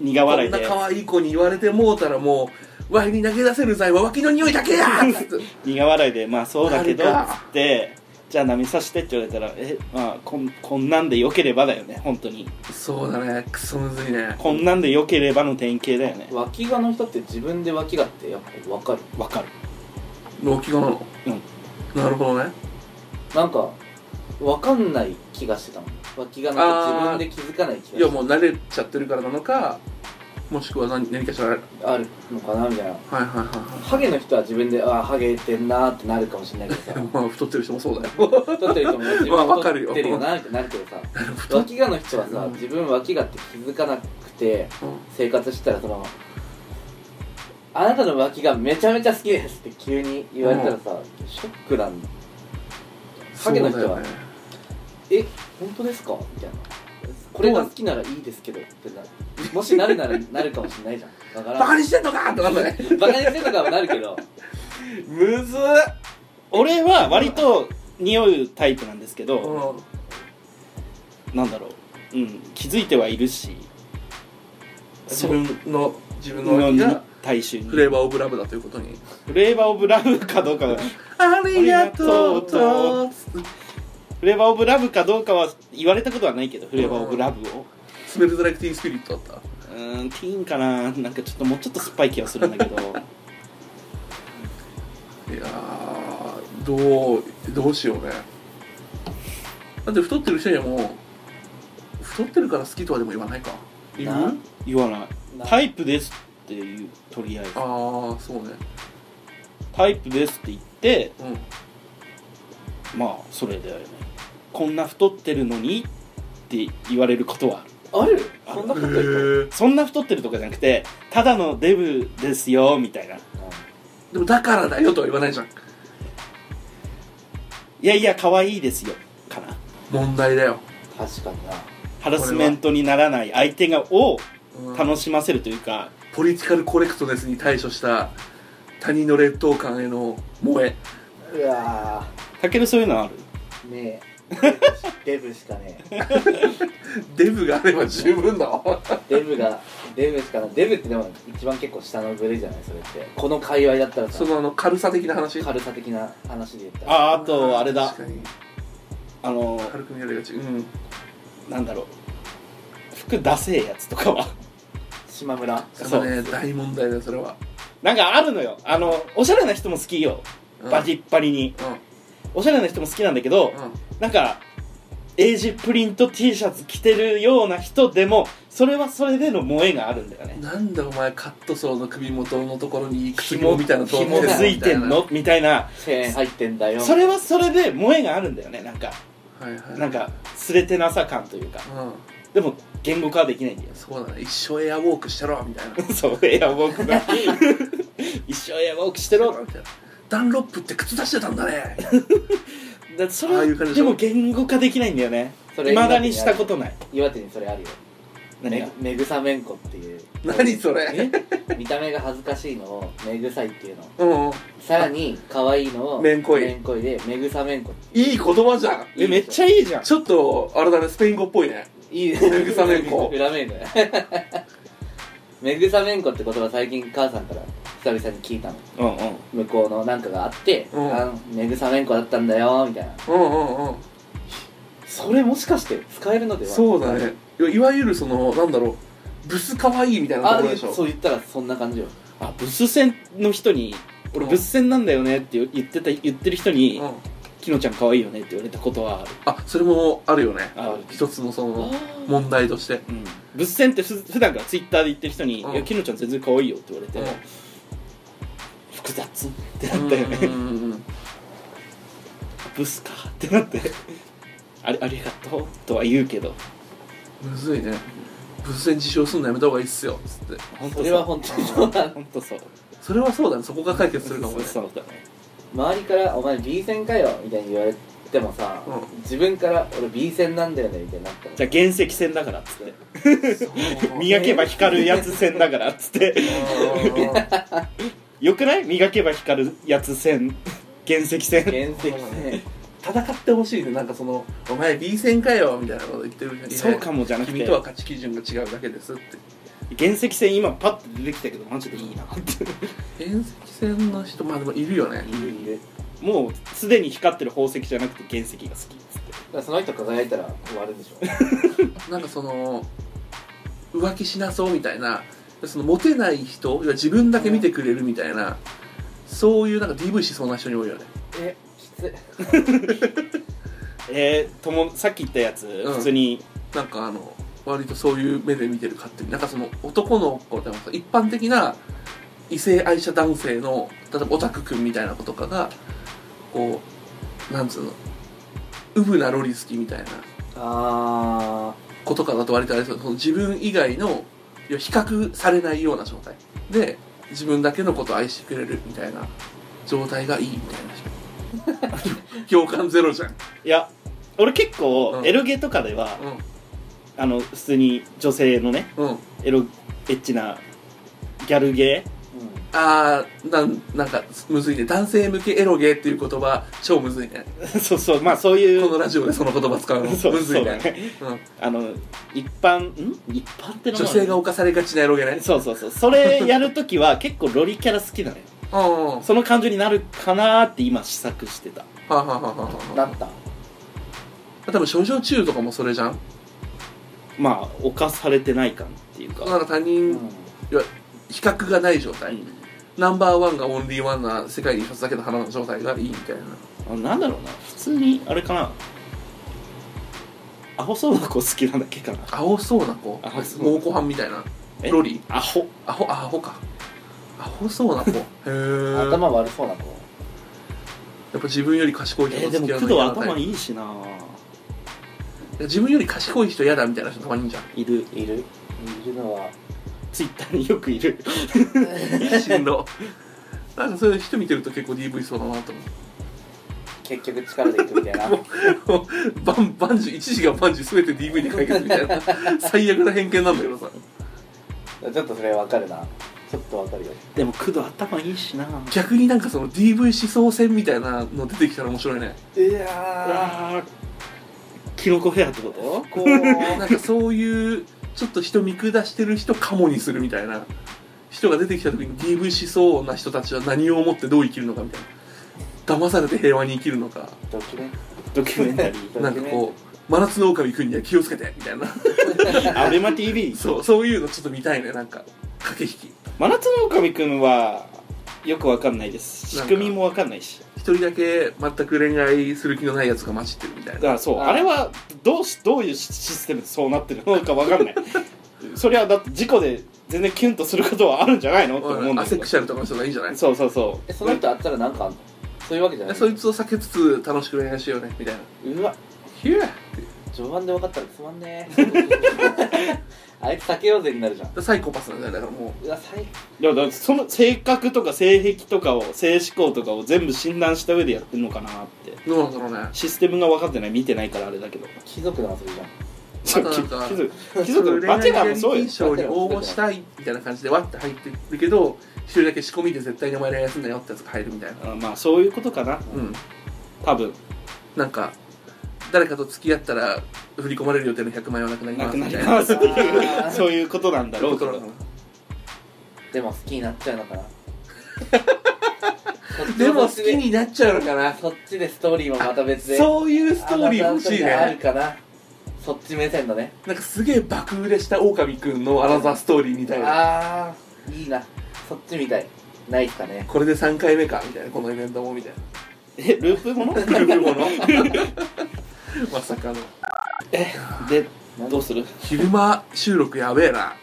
Speaker 3: 苦笑い
Speaker 2: こん
Speaker 3: で
Speaker 2: な可愛い子に言われてもうたらもうワイに投げ出せる際は脇の匂いだけやーっつって
Speaker 3: 苦笑いでまあそうだけどつ
Speaker 2: なるか
Speaker 3: ってじゃあ波さしてって言われたらえまあこんこんなんでよければだよね本当に
Speaker 2: そうだねクソむずいね
Speaker 3: こんなんでよければの典型だよね
Speaker 1: 脇がの人って自分で脇がってやっぱ分かる
Speaker 3: わかる
Speaker 2: 動機がなの
Speaker 3: うん
Speaker 2: なるほどね
Speaker 1: なんか分かんない気がしてたもん脇がなんか自分で気づかない気
Speaker 2: いや
Speaker 1: がして
Speaker 2: もう慣れちゃってるからなのかもしくは何何かしらはい
Speaker 1: あるのかなみたいな
Speaker 2: はいはいは
Speaker 1: ハゲの人は自分でああハゲてんなーってなるかもしれないけど
Speaker 2: い
Speaker 1: さ
Speaker 2: まあ太ってる人もそうだよ
Speaker 1: 太ってる人も自分
Speaker 2: まあ分
Speaker 1: は
Speaker 2: か
Speaker 1: 太
Speaker 2: るよ
Speaker 1: ってるよなってなるけどさ
Speaker 2: 太っ
Speaker 1: 脇がの人はさ
Speaker 2: うん
Speaker 1: 自分脇がって気づかなくて
Speaker 2: うん
Speaker 1: 生活してたらそのあなたの脇がめちゃめちゃ好きですって急に言われたらさ、ショックなんだハゲの人は
Speaker 2: そうだよね
Speaker 1: え本当ですかみたいなこれが好きならいいですけどってな もしなるならなるかもしれないじゃんだから
Speaker 2: バカにしてんのかってなんだね
Speaker 1: バカにしてとかはなるけど
Speaker 3: むずっ俺は割と匂うタイプなんですけ
Speaker 2: う
Speaker 3: ど、
Speaker 2: ん
Speaker 3: なんだろう、うん、気づいてはいるし
Speaker 2: 自
Speaker 3: う
Speaker 2: 分の自分の
Speaker 3: の
Speaker 2: 脇が
Speaker 3: 大衆に
Speaker 2: フレーバーオブラブだということに
Speaker 3: フレーバーオブラブかどうかがフ
Speaker 2: ありがとうと
Speaker 3: レーバーオブラブかどうかは言われたことはないけどフレーバーオブラブを
Speaker 2: スメルズライクティーンスピリットだっ
Speaker 3: うーんティーンかななんかちょっともうちょっと酸っぱい気がするんだけど
Speaker 2: たいやーどうどうしようねだって太ってる人にはもう太ってるから好きとはでも言わないか
Speaker 3: 言
Speaker 1: な
Speaker 3: う言わない
Speaker 1: な
Speaker 3: タイプですっていうとりあえず
Speaker 2: ああそうね
Speaker 3: タイプですって言って
Speaker 2: うん
Speaker 3: まあそれだよねこんな太ってるのにって言われることはある
Speaker 1: あるそんなこと言う
Speaker 3: そんな太ってるとかじゃなくてただのデブですよみたいな
Speaker 2: でもだからだよとは言わないじゃん
Speaker 3: いやいや可愛いですよかな
Speaker 2: 問題だよ、
Speaker 1: 確かにな
Speaker 3: ハラスメントにならない相手がを
Speaker 2: うん
Speaker 3: 楽しませるというか
Speaker 2: ポリティカルコレクトネスに対処した他人の劣等感への萌え
Speaker 4: うわ
Speaker 3: たけるそういうのある
Speaker 4: ー ねえデブしかねえ
Speaker 2: デブがあれば十分だわ
Speaker 4: デブ
Speaker 1: デブがデブしかなデブってでも一番結構下の部類じゃないそれってこの界隈だったらさ
Speaker 2: そのあの軽さ的な話
Speaker 1: 軽さ的な話で言ったら
Speaker 3: ああとあれだ
Speaker 2: 確かに
Speaker 3: あの
Speaker 2: 軽く見られがちうん
Speaker 3: なんだろう服ダセえやつとかは
Speaker 1: 島村
Speaker 2: それね
Speaker 3: そう
Speaker 2: 大問題だよそれは
Speaker 3: なんかあるのよあのおしゃれな人も好きよ
Speaker 2: うん
Speaker 3: バリッバリに
Speaker 2: うん
Speaker 3: おしゃれな人も好きなんだけど
Speaker 2: うん
Speaker 3: なんかエイジプリント T シャツ着てるような人でもそれはそれでの萌えがあるんだよね
Speaker 2: なんでお前カットソーの首元のところに靴紐
Speaker 3: 紐
Speaker 2: みたいな
Speaker 3: 紐ついてんのみたいな
Speaker 1: 1000円入ってんだよ
Speaker 3: それはそれで萌えがあるんだよねなんか
Speaker 2: はいはい
Speaker 3: なんかすれてなさ感というか
Speaker 2: うん
Speaker 3: でも言語化はできない んだよ
Speaker 2: そうだね一生エアウォークしてろみたいな
Speaker 3: そうエアウォークが一生エアウォークしてろ
Speaker 2: みたいなダンロップって靴出してたんだね
Speaker 3: だってそ
Speaker 2: ああい
Speaker 3: れ
Speaker 2: う感じで
Speaker 3: で
Speaker 2: しょ
Speaker 3: も言語化できないんだよね
Speaker 1: そ
Speaker 3: い
Speaker 1: れ
Speaker 3: まだにしたことない
Speaker 1: 岩手にそれあるよ
Speaker 3: 何が
Speaker 1: めめぐさめんこっていう
Speaker 2: 何それ
Speaker 3: え
Speaker 1: 見た目が恥ずかしいのをめぐさいっていうの
Speaker 2: うんうん
Speaker 1: さらに可愛いのを
Speaker 2: めんこい
Speaker 1: めんこいでめぐさめんこって
Speaker 2: いい言葉じゃん
Speaker 3: えめっちゃいいじゃん
Speaker 2: ちょっとあれだねスペイン語っぽいね
Speaker 1: いい
Speaker 2: めぐさめんこ
Speaker 1: 裏めんこやめぐさめんこって言葉最近母さんから久々に聞いたの
Speaker 3: うんう
Speaker 1: 向
Speaker 3: ん
Speaker 1: こうのなんかがあって「
Speaker 2: うん
Speaker 1: あのめぐさめんこだったんだよ」みたいな
Speaker 2: うんうんうん
Speaker 1: それもしかして使えるのでは
Speaker 2: そうだねいわいわゆるそのなんだろうブスかわいいみたいなと
Speaker 1: あ
Speaker 2: ころでしょ
Speaker 1: そう言ったらそんな感じよ
Speaker 3: あブス戦の人に俺
Speaker 2: うん
Speaker 3: ブス戦なんだよねって言ってた言ってる人に
Speaker 2: うん
Speaker 3: 「きのちゃん可愛いよね」って言われたことはある
Speaker 2: あそれもあるよね
Speaker 3: ある
Speaker 2: 一つのその問題として
Speaker 3: うん物戦ってふ普段からツイッターで言ってる人に「
Speaker 2: うん
Speaker 3: いやきのちゃん全然可愛いよ」って言われて、
Speaker 2: うん
Speaker 3: 複雑ってなったよね、
Speaker 2: うんうんうんうん
Speaker 3: ブスかってなってありありがとうとは言うけど
Speaker 2: むずいね物線自称すんのやめた方がいいっすよつって
Speaker 3: 本
Speaker 1: そ
Speaker 3: 当
Speaker 1: れは本当にそうだ
Speaker 3: 本当そう
Speaker 2: それはそうだねそこが解決するかもね
Speaker 3: そうそうだね
Speaker 1: 周りから「お前 B 線かよ」みたいに言われてもさ、
Speaker 2: う
Speaker 1: 自分から「俺 B 線なんだよね」みたいになったら
Speaker 3: じゃあ原石戦だからっつって
Speaker 2: そう
Speaker 3: 磨けば光るやつ戦だからっ つって
Speaker 2: うんうんうん
Speaker 3: よくない磨けば光るやつ戦原石戦
Speaker 1: 原石ね
Speaker 2: 戦ってほしいねなんかその「お前 B 戦かよ」みたいなこと言ってる人にね
Speaker 3: そうかもじゃなく
Speaker 2: 君
Speaker 3: て
Speaker 2: とは価値基準が違うだけですって
Speaker 3: 原石戦今パッと出てきたけどマジでいいなって
Speaker 2: 原石戦の人まあでもいるよね
Speaker 1: いるいる
Speaker 3: もうすでに光ってる宝石じゃなくて原石が好きっつって
Speaker 1: だからその人輝いたら終わるんでしょ
Speaker 2: なんかその浮気しなそうみたいなそのモテない人要は自分だけ見てくれるみたいなそういうなんか DV しそうな人に多いよね
Speaker 1: えきつい
Speaker 3: えー、ともさっき言ったやつ、
Speaker 2: ん
Speaker 3: 普通に
Speaker 2: なんかあの割とそういう目で見てる勝手になんかその男の子でもさ一般的な異性愛者男性の例えばオタクくんみたいな子とかがこうなんつうのウブなロリ好きみたいな
Speaker 1: あ
Speaker 2: 子とかだと割とあれですよその自分以外の要は比較されないような状態で自分だけのことを愛してくれるみたいな状態がいいみたいな人共感ゼロじゃん、うん、
Speaker 3: いや俺結構
Speaker 2: うん
Speaker 3: エロゲとかでは、あの普通に女性のね
Speaker 2: うん
Speaker 3: エロエッチなギャルゲ
Speaker 1: ー
Speaker 2: あーなんなんかむずいね男性向けエロゲーっていう言葉超むずいね
Speaker 3: ー そうそうまあそうい
Speaker 2: この
Speaker 3: う
Speaker 2: ラジオでその言葉使うのむ
Speaker 3: そう
Speaker 2: ずい
Speaker 3: そうだ
Speaker 2: ね
Speaker 3: ね
Speaker 2: うん
Speaker 3: あの一般ん一般ってのも
Speaker 2: 女性が犯されがちなエロゲーね
Speaker 3: そうそうそうそれやるときは結構ロリキャラ好きなのよ
Speaker 2: うんうんは
Speaker 3: その感情になるかなーって今試作してた
Speaker 2: あはあはあは
Speaker 1: うん
Speaker 2: あ
Speaker 1: な
Speaker 2: は
Speaker 1: った
Speaker 2: あ多分少女中とかもそれじゃん
Speaker 3: まあ犯されてない感っていう
Speaker 2: な
Speaker 3: か
Speaker 2: んか他
Speaker 1: う
Speaker 2: 人
Speaker 1: ん
Speaker 2: 比較がない状
Speaker 3: う
Speaker 2: 態、
Speaker 3: ん
Speaker 2: ナンバーワンがオンリーワンな世界に一つだけの花の状態がいいみたいな
Speaker 3: あなんだろうな普通にあれかなアホそうな子好きなだけかな
Speaker 2: 青そうな子
Speaker 3: 青そう
Speaker 2: 猛虎飯みたいな
Speaker 3: え
Speaker 2: ロリ
Speaker 3: アホ
Speaker 2: アホあアホかアホそうな 子へえ
Speaker 1: 頭悪そうな子
Speaker 2: やっぱ自分より賢い
Speaker 3: え
Speaker 2: 人
Speaker 3: ー、でも工
Speaker 2: な
Speaker 3: 藤
Speaker 2: 嫌なタイプ
Speaker 3: 頭いいしない
Speaker 2: や自分より賢い人嫌だみたいな人たまにいんじゃん
Speaker 3: いる
Speaker 1: いるいるのは
Speaker 3: ツイッターによくいる
Speaker 2: しんどなんかそういう人見てると結構 DV そうだなと思
Speaker 1: 結局力でいくみたいな
Speaker 2: うバンバンジー一時がバンジー全て DV で解決みたいな最悪な偏見なんだけどさ
Speaker 1: ちょっとそれわかるなちょっとわかるよ
Speaker 3: でも工藤頭いいしなあ
Speaker 2: 逆になんかその DV 思想戦みたいなの出てきたら面白いね
Speaker 1: いや
Speaker 3: あキノコフェアってこと
Speaker 1: こ
Speaker 2: なんかそういうちょっと人見下してる人かもにするみたいな人が出てきた時に DV しそうな人たちは何を思ってどう生きるのかみたいな騙されて平和に生きるのか
Speaker 1: ドキュメン
Speaker 3: ドキュメンタリー
Speaker 2: なんかこう真夏の狼くんには気をつけてみたいな
Speaker 3: アベマ TV
Speaker 2: そうそういうのちょっと見たいねなんか駆け引き
Speaker 3: 真夏の狼くんはよくわかんないです仕
Speaker 2: なんか
Speaker 3: 組みもわかんないし
Speaker 2: 一人だけ全く恋愛する気のないやつが混じってるみたい
Speaker 3: だ
Speaker 2: な
Speaker 3: からそう
Speaker 1: あー
Speaker 3: あれはどうしどういうシステムでそうなってるのかわかんない そりゃだって事故で全然キュンとすることはあるんじゃないのって思うんだ
Speaker 2: ア
Speaker 3: け
Speaker 2: セ
Speaker 3: ど
Speaker 2: クシャルとかの人がいいんじゃない
Speaker 3: そうそうそ
Speaker 1: え
Speaker 3: う
Speaker 1: その人会ったらなんかあんのそういうわけじゃない
Speaker 2: そいつを避けつつ楽しく恋愛しようねみたいな
Speaker 1: うわ
Speaker 2: ヒュー
Speaker 1: 序盤で分かったらつまんね えあいつ避けようぜになるじゃん
Speaker 2: らサイコパスなんだよだからも
Speaker 1: うわ最
Speaker 3: でもだからその性格とか性癖とかを性思考とかを全部診断した上でやってんのかなって
Speaker 2: うどうなんだろうね
Speaker 3: システムが分かってない見てないからあれだけど
Speaker 1: 貴族の遊びじゃん
Speaker 3: ちょ
Speaker 2: となんか
Speaker 3: 貴族貴族バチェラーもそうよ
Speaker 2: リ賞に応募したいみたいな感じでわって入ってるけど一人だけ仕込みで絶対にお前ら休んだよってやつが入るみたいな
Speaker 3: あまあそういうことかな
Speaker 2: うん
Speaker 3: 多分
Speaker 2: なんか誰かと付き合ったら振り込まれる予定の100万円はなくなり
Speaker 3: な
Speaker 2: ます
Speaker 3: く
Speaker 2: み
Speaker 3: な
Speaker 2: たい
Speaker 3: り
Speaker 2: な
Speaker 3: ますって
Speaker 1: あ
Speaker 3: い
Speaker 1: ー
Speaker 3: うそういうことなんだろうけど
Speaker 1: でも好きになっちゃう のかなそっち
Speaker 2: でも好きになっちゃうのかな
Speaker 1: そっちでストーリーもまた別で
Speaker 2: そういうストーリー欲しい
Speaker 1: あなたの時ある
Speaker 2: ね
Speaker 1: かなそっち目線のね
Speaker 2: なんかすげえ爆売れした狼くんのアナザーストーリーみたいな
Speaker 1: ああーいいなそっちみたいないっすかね
Speaker 2: これで3回目かみたいなこのイベントもみたいな
Speaker 3: えループもの
Speaker 2: グループものまさかの
Speaker 3: でどうする
Speaker 2: 昼間収録やべえな
Speaker 1: や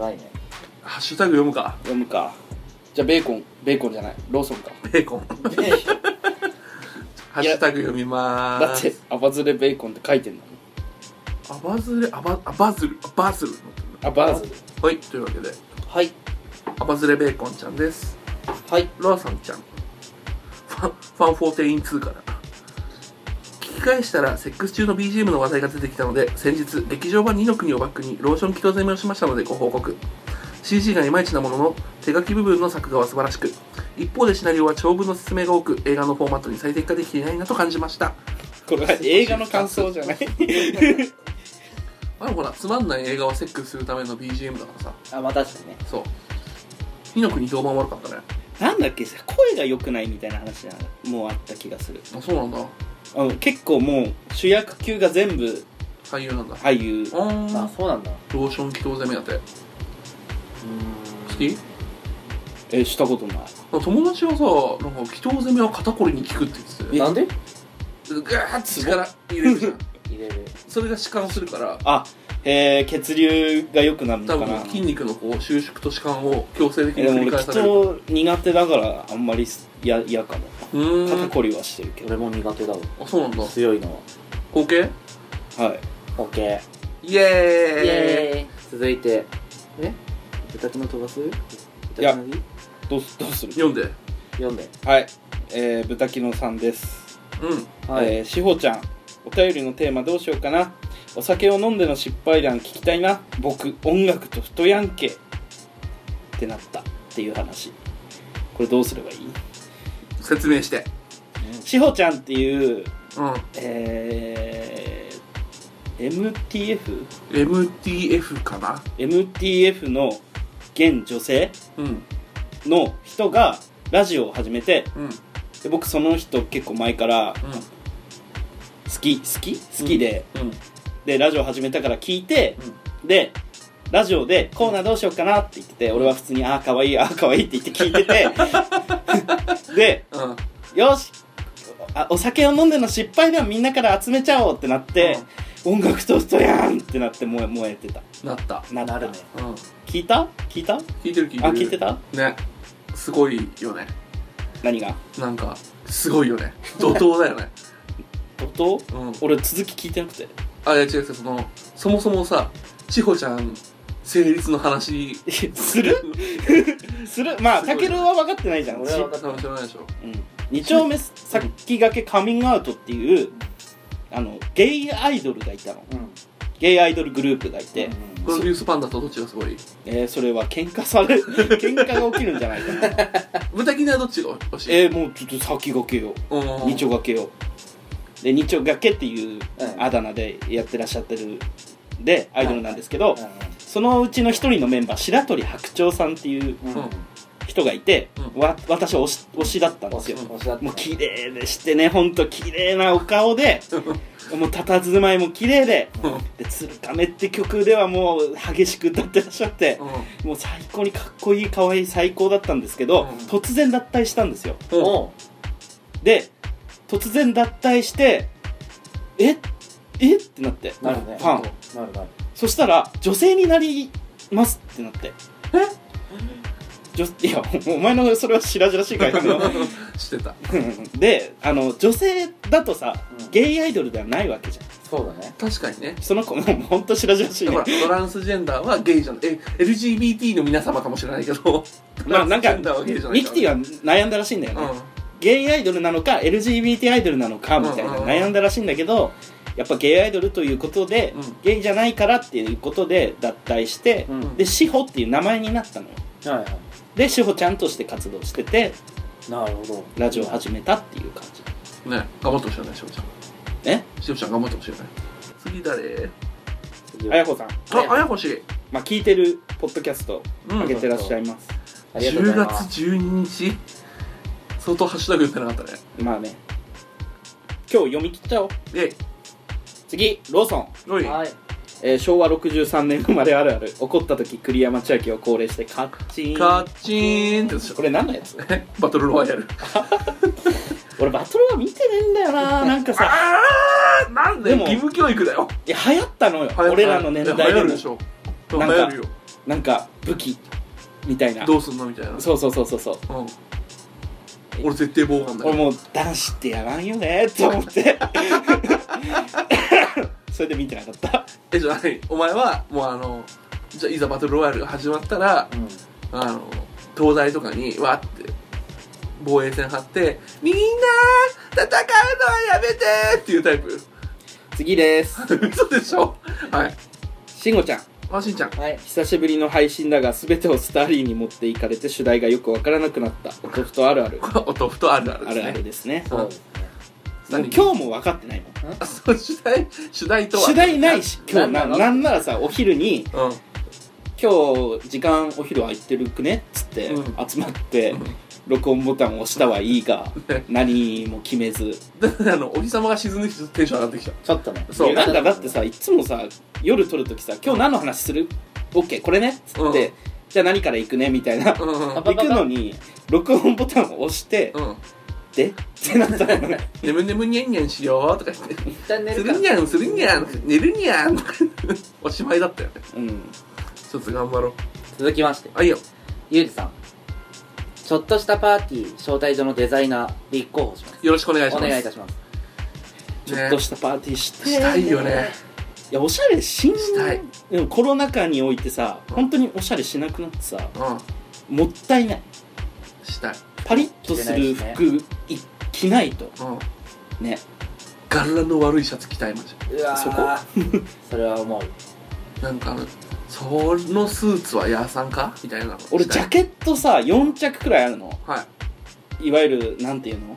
Speaker 1: ばいね
Speaker 2: ハッシュタグ読むか
Speaker 3: 読むかじゃあベーコンベーコンじゃないローソンか
Speaker 2: ベーコンハッシュタグ読みま
Speaker 3: だ
Speaker 2: ー
Speaker 3: っ
Speaker 2: す
Speaker 3: てアバズレベーコンって書いてんだもん
Speaker 2: アバズレアバアバズルアバズル
Speaker 3: アバズ
Speaker 2: はいというわけで
Speaker 3: はい
Speaker 2: アバズレベーコンちゃんです
Speaker 3: はい
Speaker 2: ロアさんちゃんファンファンフォーテイン2から聞き返したらセックス中の BGM の話題が出てきたので先日劇場版2の国をバックにローション起動攻めをしましたのでご報告 CG がいまいちなものの手書き部分の作画は素晴らしく一方でシナリオは長文の説明が多く映画のフォーマットに最適化できていないなと感じました
Speaker 3: これは映画の感想じゃない
Speaker 2: あのほらつまんない映画はセックスするための BGM だからさ
Speaker 1: あまあ確かにね
Speaker 2: そう二の国評判悪かったね
Speaker 3: なんだっけ声が良くないみたいな話なもうあった気がする
Speaker 2: あそうなんだ
Speaker 3: あの結構もう主役級が全部
Speaker 2: 俳優なんだ
Speaker 3: 俳優
Speaker 2: あー
Speaker 1: まあそうなんだう
Speaker 2: ローション起動攻めやって好
Speaker 1: ーん
Speaker 2: き
Speaker 3: えしたことない
Speaker 2: 友達はさなんか祈祷攻めは肩こりに効くって言ってて
Speaker 3: え
Speaker 1: なんで
Speaker 2: ガーッて力入れるじゃん
Speaker 1: 入れる
Speaker 2: それが弛緩するから
Speaker 3: あへえ血流が良くなる
Speaker 2: 多
Speaker 3: のか
Speaker 2: 分
Speaker 3: な
Speaker 2: 筋肉のこう収縮と弛緩を強制的
Speaker 3: え
Speaker 2: に
Speaker 3: でも
Speaker 2: 繰り
Speaker 3: 俺
Speaker 2: 返
Speaker 3: き
Speaker 2: さ
Speaker 3: っ
Speaker 2: れる
Speaker 3: と苦手だからあんまりや嫌かも
Speaker 2: うー
Speaker 3: 肩
Speaker 2: ん
Speaker 3: こりはしてるけど
Speaker 1: 俺も苦手だわ
Speaker 2: あそうなんだ
Speaker 1: 強いのは
Speaker 2: 後傾
Speaker 3: はい
Speaker 1: オッケ
Speaker 2: イエ
Speaker 1: ー
Speaker 2: ー
Speaker 1: イ
Speaker 2: イ
Speaker 1: エーイ続いてえ豚タキの飛ばす豚タキのぎ
Speaker 3: どうすどうする
Speaker 2: 読んで
Speaker 1: 読んで
Speaker 3: はいえー、豚キノさんです、
Speaker 2: うん
Speaker 3: えー、しほちゃんお便りのテーマどうしようかなお酒を飲んでの失敗談聞きたいな僕音楽と太やんけってなったっていう話これどうすればいい
Speaker 2: 説明して
Speaker 3: しほちゃんっていう
Speaker 2: うん
Speaker 3: えー、MTF?
Speaker 2: MTF かな
Speaker 3: MTF の現女性
Speaker 2: うん
Speaker 3: の人がラジオを始めて
Speaker 2: うん
Speaker 3: で僕その人結構前から
Speaker 2: う
Speaker 3: 好き好き好きで、
Speaker 2: んうん
Speaker 3: でラジオ始めたから聞いて、でラジオでコーナーどうしようかなって言ってて俺は普通にああかわいいああかわいいって言って聞いてて で
Speaker 2: うん
Speaker 3: よしあお酒を飲んでの失敗談みんなから集めちゃおうってなって、音楽と人やんってなって燃え燃えてた
Speaker 2: なった
Speaker 3: なった
Speaker 1: なるね
Speaker 2: うん
Speaker 3: 聞いた聞いた
Speaker 2: 聞いてる聞いてる
Speaker 3: あ聞いてた
Speaker 2: ねすごいよね
Speaker 3: 何が
Speaker 2: なんかすごいよね怒涛だよね
Speaker 3: 音
Speaker 2: うん
Speaker 3: 俺続き聞いてなくて
Speaker 2: あいや違う違うそのそもそもさ千穂ちゃん成立の話
Speaker 3: えする するまあ
Speaker 2: すご
Speaker 3: た
Speaker 2: い
Speaker 3: けるは分かってないじゃん
Speaker 1: 俺は分かっ
Speaker 2: 多分知らないでしょ
Speaker 3: うん、二丁目先駆けカミングアウトっていうあのゲイアイドルがいたの
Speaker 1: うん
Speaker 3: ゲイアイドルグループがいて、
Speaker 1: で
Speaker 2: プロデュースパンダとどっちがすごい
Speaker 3: えーそれは喧嘩され る喧嘩が起きるんじゃないかな
Speaker 2: 無敵にはどっちが欲しい
Speaker 3: えーもうちょっと先駆けよ
Speaker 2: うん
Speaker 3: 二丁がけよで二丁がけっていう
Speaker 1: うん
Speaker 3: あだ名でやってらっしゃってるでアイドルなんですけど、
Speaker 1: う
Speaker 3: そのうちの一人のメンバー白鳥白鳥さんっていうん
Speaker 1: うん
Speaker 3: 人がいて、
Speaker 2: う
Speaker 3: わ私推し推しだったんで
Speaker 1: 押
Speaker 3: す
Speaker 1: し
Speaker 3: よ
Speaker 1: 押しだった
Speaker 3: もう綺麗でしてねほんと綺麗なお顔でもう佇まいも綺麗で
Speaker 2: うんうん
Speaker 3: 「で鶴亀」って曲ではもう激しく歌ってらっしゃって、もう最高にかっこいい可愛い最高だったんですけど、
Speaker 2: うん
Speaker 3: 突然脱退したんですよ
Speaker 2: うん
Speaker 1: おう
Speaker 3: で突然脱退してええってなって
Speaker 1: なるね
Speaker 3: ファン
Speaker 1: なるなる
Speaker 3: そしたら女性になりますってなって女いやおお前のそれは白々しい回答だよ
Speaker 2: してた
Speaker 3: であの女性だとさ
Speaker 1: うん
Speaker 3: ゲイアイドルではないわけじゃん
Speaker 1: そうだね
Speaker 2: 確かにね
Speaker 3: その子も本当白々しい
Speaker 2: だ
Speaker 3: ね
Speaker 2: からトランスジェンダーはゲイじゃないえ LGBT の皆様かもしれないけどト
Speaker 3: ま
Speaker 2: ラ
Speaker 3: あ
Speaker 2: ン
Speaker 3: な
Speaker 2: ス
Speaker 3: ん
Speaker 2: ジ
Speaker 3: か
Speaker 2: ェンダーはゲイじゃない
Speaker 3: ミキティ
Speaker 2: は
Speaker 3: は悩んだらしいんだよね、ゲイアイドルなのか LGBT アイドルなのかみた
Speaker 2: う
Speaker 3: い
Speaker 2: ん
Speaker 3: な
Speaker 2: うんうん
Speaker 3: 悩んだらしいんだけどやっぱゲイアイドルということで、
Speaker 2: うん
Speaker 3: ゲイじゃないからっていうことで脱退して、
Speaker 1: うん
Speaker 2: うん
Speaker 3: で志保っていう名前になったのよ
Speaker 1: はいは
Speaker 3: で志保ちゃんとして活動してて
Speaker 1: いなるほど
Speaker 3: ラジオを始めたっていう感じ
Speaker 2: うんね頑張ってほしいよねしおちゃん
Speaker 3: えオ
Speaker 2: しおちゃん頑張ってほしいよね次誰
Speaker 1: 次
Speaker 3: あやこさん、
Speaker 2: ああやほしい
Speaker 3: まあ、聞いてるポッドキャスト
Speaker 2: うん
Speaker 3: 上げてらっしゃいます、
Speaker 1: ありがとうご
Speaker 2: 10
Speaker 1: ざい
Speaker 2: 月
Speaker 1: ます
Speaker 2: 12日相当ハッシュタグ打ってなかったね
Speaker 3: まあね今日読み切っちゃおう
Speaker 2: え
Speaker 3: 次ローソン、
Speaker 2: おい
Speaker 1: はい
Speaker 3: えー昭和63年生まれあるある怒った時栗山千明を高齢してカッチン
Speaker 2: カッチーンってやつでしょ
Speaker 3: これ何のやつ
Speaker 2: えバトルロワイヤル
Speaker 3: 俺バトルは見てねえんだよ ななんかさ
Speaker 2: ああなんで
Speaker 3: でも
Speaker 2: 義務教育だよ
Speaker 3: いや流行ったのよ
Speaker 2: 流行
Speaker 3: 俺らの年代
Speaker 2: 流
Speaker 3: で
Speaker 2: 行る
Speaker 3: も
Speaker 2: でしょ流
Speaker 3: なんか
Speaker 2: 行るよ
Speaker 3: なんか武器みたいな
Speaker 2: どうすんのみたいな
Speaker 3: そうそうそうそうそう
Speaker 2: うん俺絶対防寒だ
Speaker 3: 俺
Speaker 2: よ
Speaker 3: もう男子ってやらんよねって思って それで見てなかった
Speaker 2: えじゃあ何お前はもうあのじゃあいざバトルロワイヤルが始まったら
Speaker 1: うん
Speaker 2: あの東大とかにわーって防衛線張って「みんな戦うのはやめて!」っていうタイプ
Speaker 3: 次です
Speaker 2: 嘘でしょはい
Speaker 3: 慎吾ちゃん
Speaker 2: あしんちゃん
Speaker 1: はい
Speaker 3: 久しぶりの配信だが全てをスターリーに持っていかれて主題がよくわからなくなったおとふとあるある
Speaker 2: これお豆腐とあるあるで
Speaker 3: あ
Speaker 2: すね
Speaker 3: るあるですね
Speaker 1: そうですね
Speaker 3: もう
Speaker 2: 何
Speaker 3: 今日も分かってないもん
Speaker 2: あそう主題主題とは
Speaker 3: 主題ないし今
Speaker 1: な
Speaker 3: 日な
Speaker 1: んなの
Speaker 3: なんならさお昼に
Speaker 2: うん
Speaker 3: 今日時間お昼空いてるくねっつって
Speaker 2: う
Speaker 3: 集まって
Speaker 2: うん
Speaker 3: 録音ボタンを押したはいい が
Speaker 2: ね
Speaker 3: 何も決めず
Speaker 2: だ ってあのお日様が沈んできてテンション上がってきた
Speaker 1: ちょっとね
Speaker 2: そう
Speaker 3: いやなんかだってさいつもさ夜撮るときさ「今日何の話する ?OK これね」っつって、
Speaker 2: うん
Speaker 3: じゃあ何から行くね」みたいな
Speaker 2: うんうん
Speaker 3: 行くのに録音ボタンを押して
Speaker 2: うん
Speaker 3: 「で?」ってなっ たのね
Speaker 2: 「眠眠にゃんにゃんしよう」とか言って
Speaker 1: 一旦
Speaker 2: 「
Speaker 1: 寝
Speaker 2: す
Speaker 1: るか
Speaker 2: るにゃんするにゃん寝るにゃん」と かおしまいだったよね
Speaker 3: うん
Speaker 2: ちょっと頑張ろう
Speaker 1: 続きまして
Speaker 2: あいいよ
Speaker 1: ゆうりさんちょっとしたパーティー招待状のデザイナー立候補します
Speaker 2: よろしくお願いし
Speaker 1: お
Speaker 2: ます
Speaker 1: 願いいたします
Speaker 3: ちょっとしたパーティーして、
Speaker 2: ねしたいよね
Speaker 3: いやおしゃれしん
Speaker 2: したい
Speaker 3: でもコロナ禍においてさ本当におしゃれしなくなってさ
Speaker 2: う
Speaker 3: もったいない
Speaker 2: んしたい
Speaker 3: パリッとする服い着ないと
Speaker 2: うん
Speaker 3: ね
Speaker 2: 柄の悪いシャツ着たいマジ
Speaker 1: うわー それは思う
Speaker 2: なんかあのそのスーツはヤーさんかみたいな
Speaker 3: 俺
Speaker 2: した
Speaker 3: ジ
Speaker 2: い
Speaker 3: ャケットさ4着くらいあるの
Speaker 2: はい
Speaker 3: いわゆるなんていうの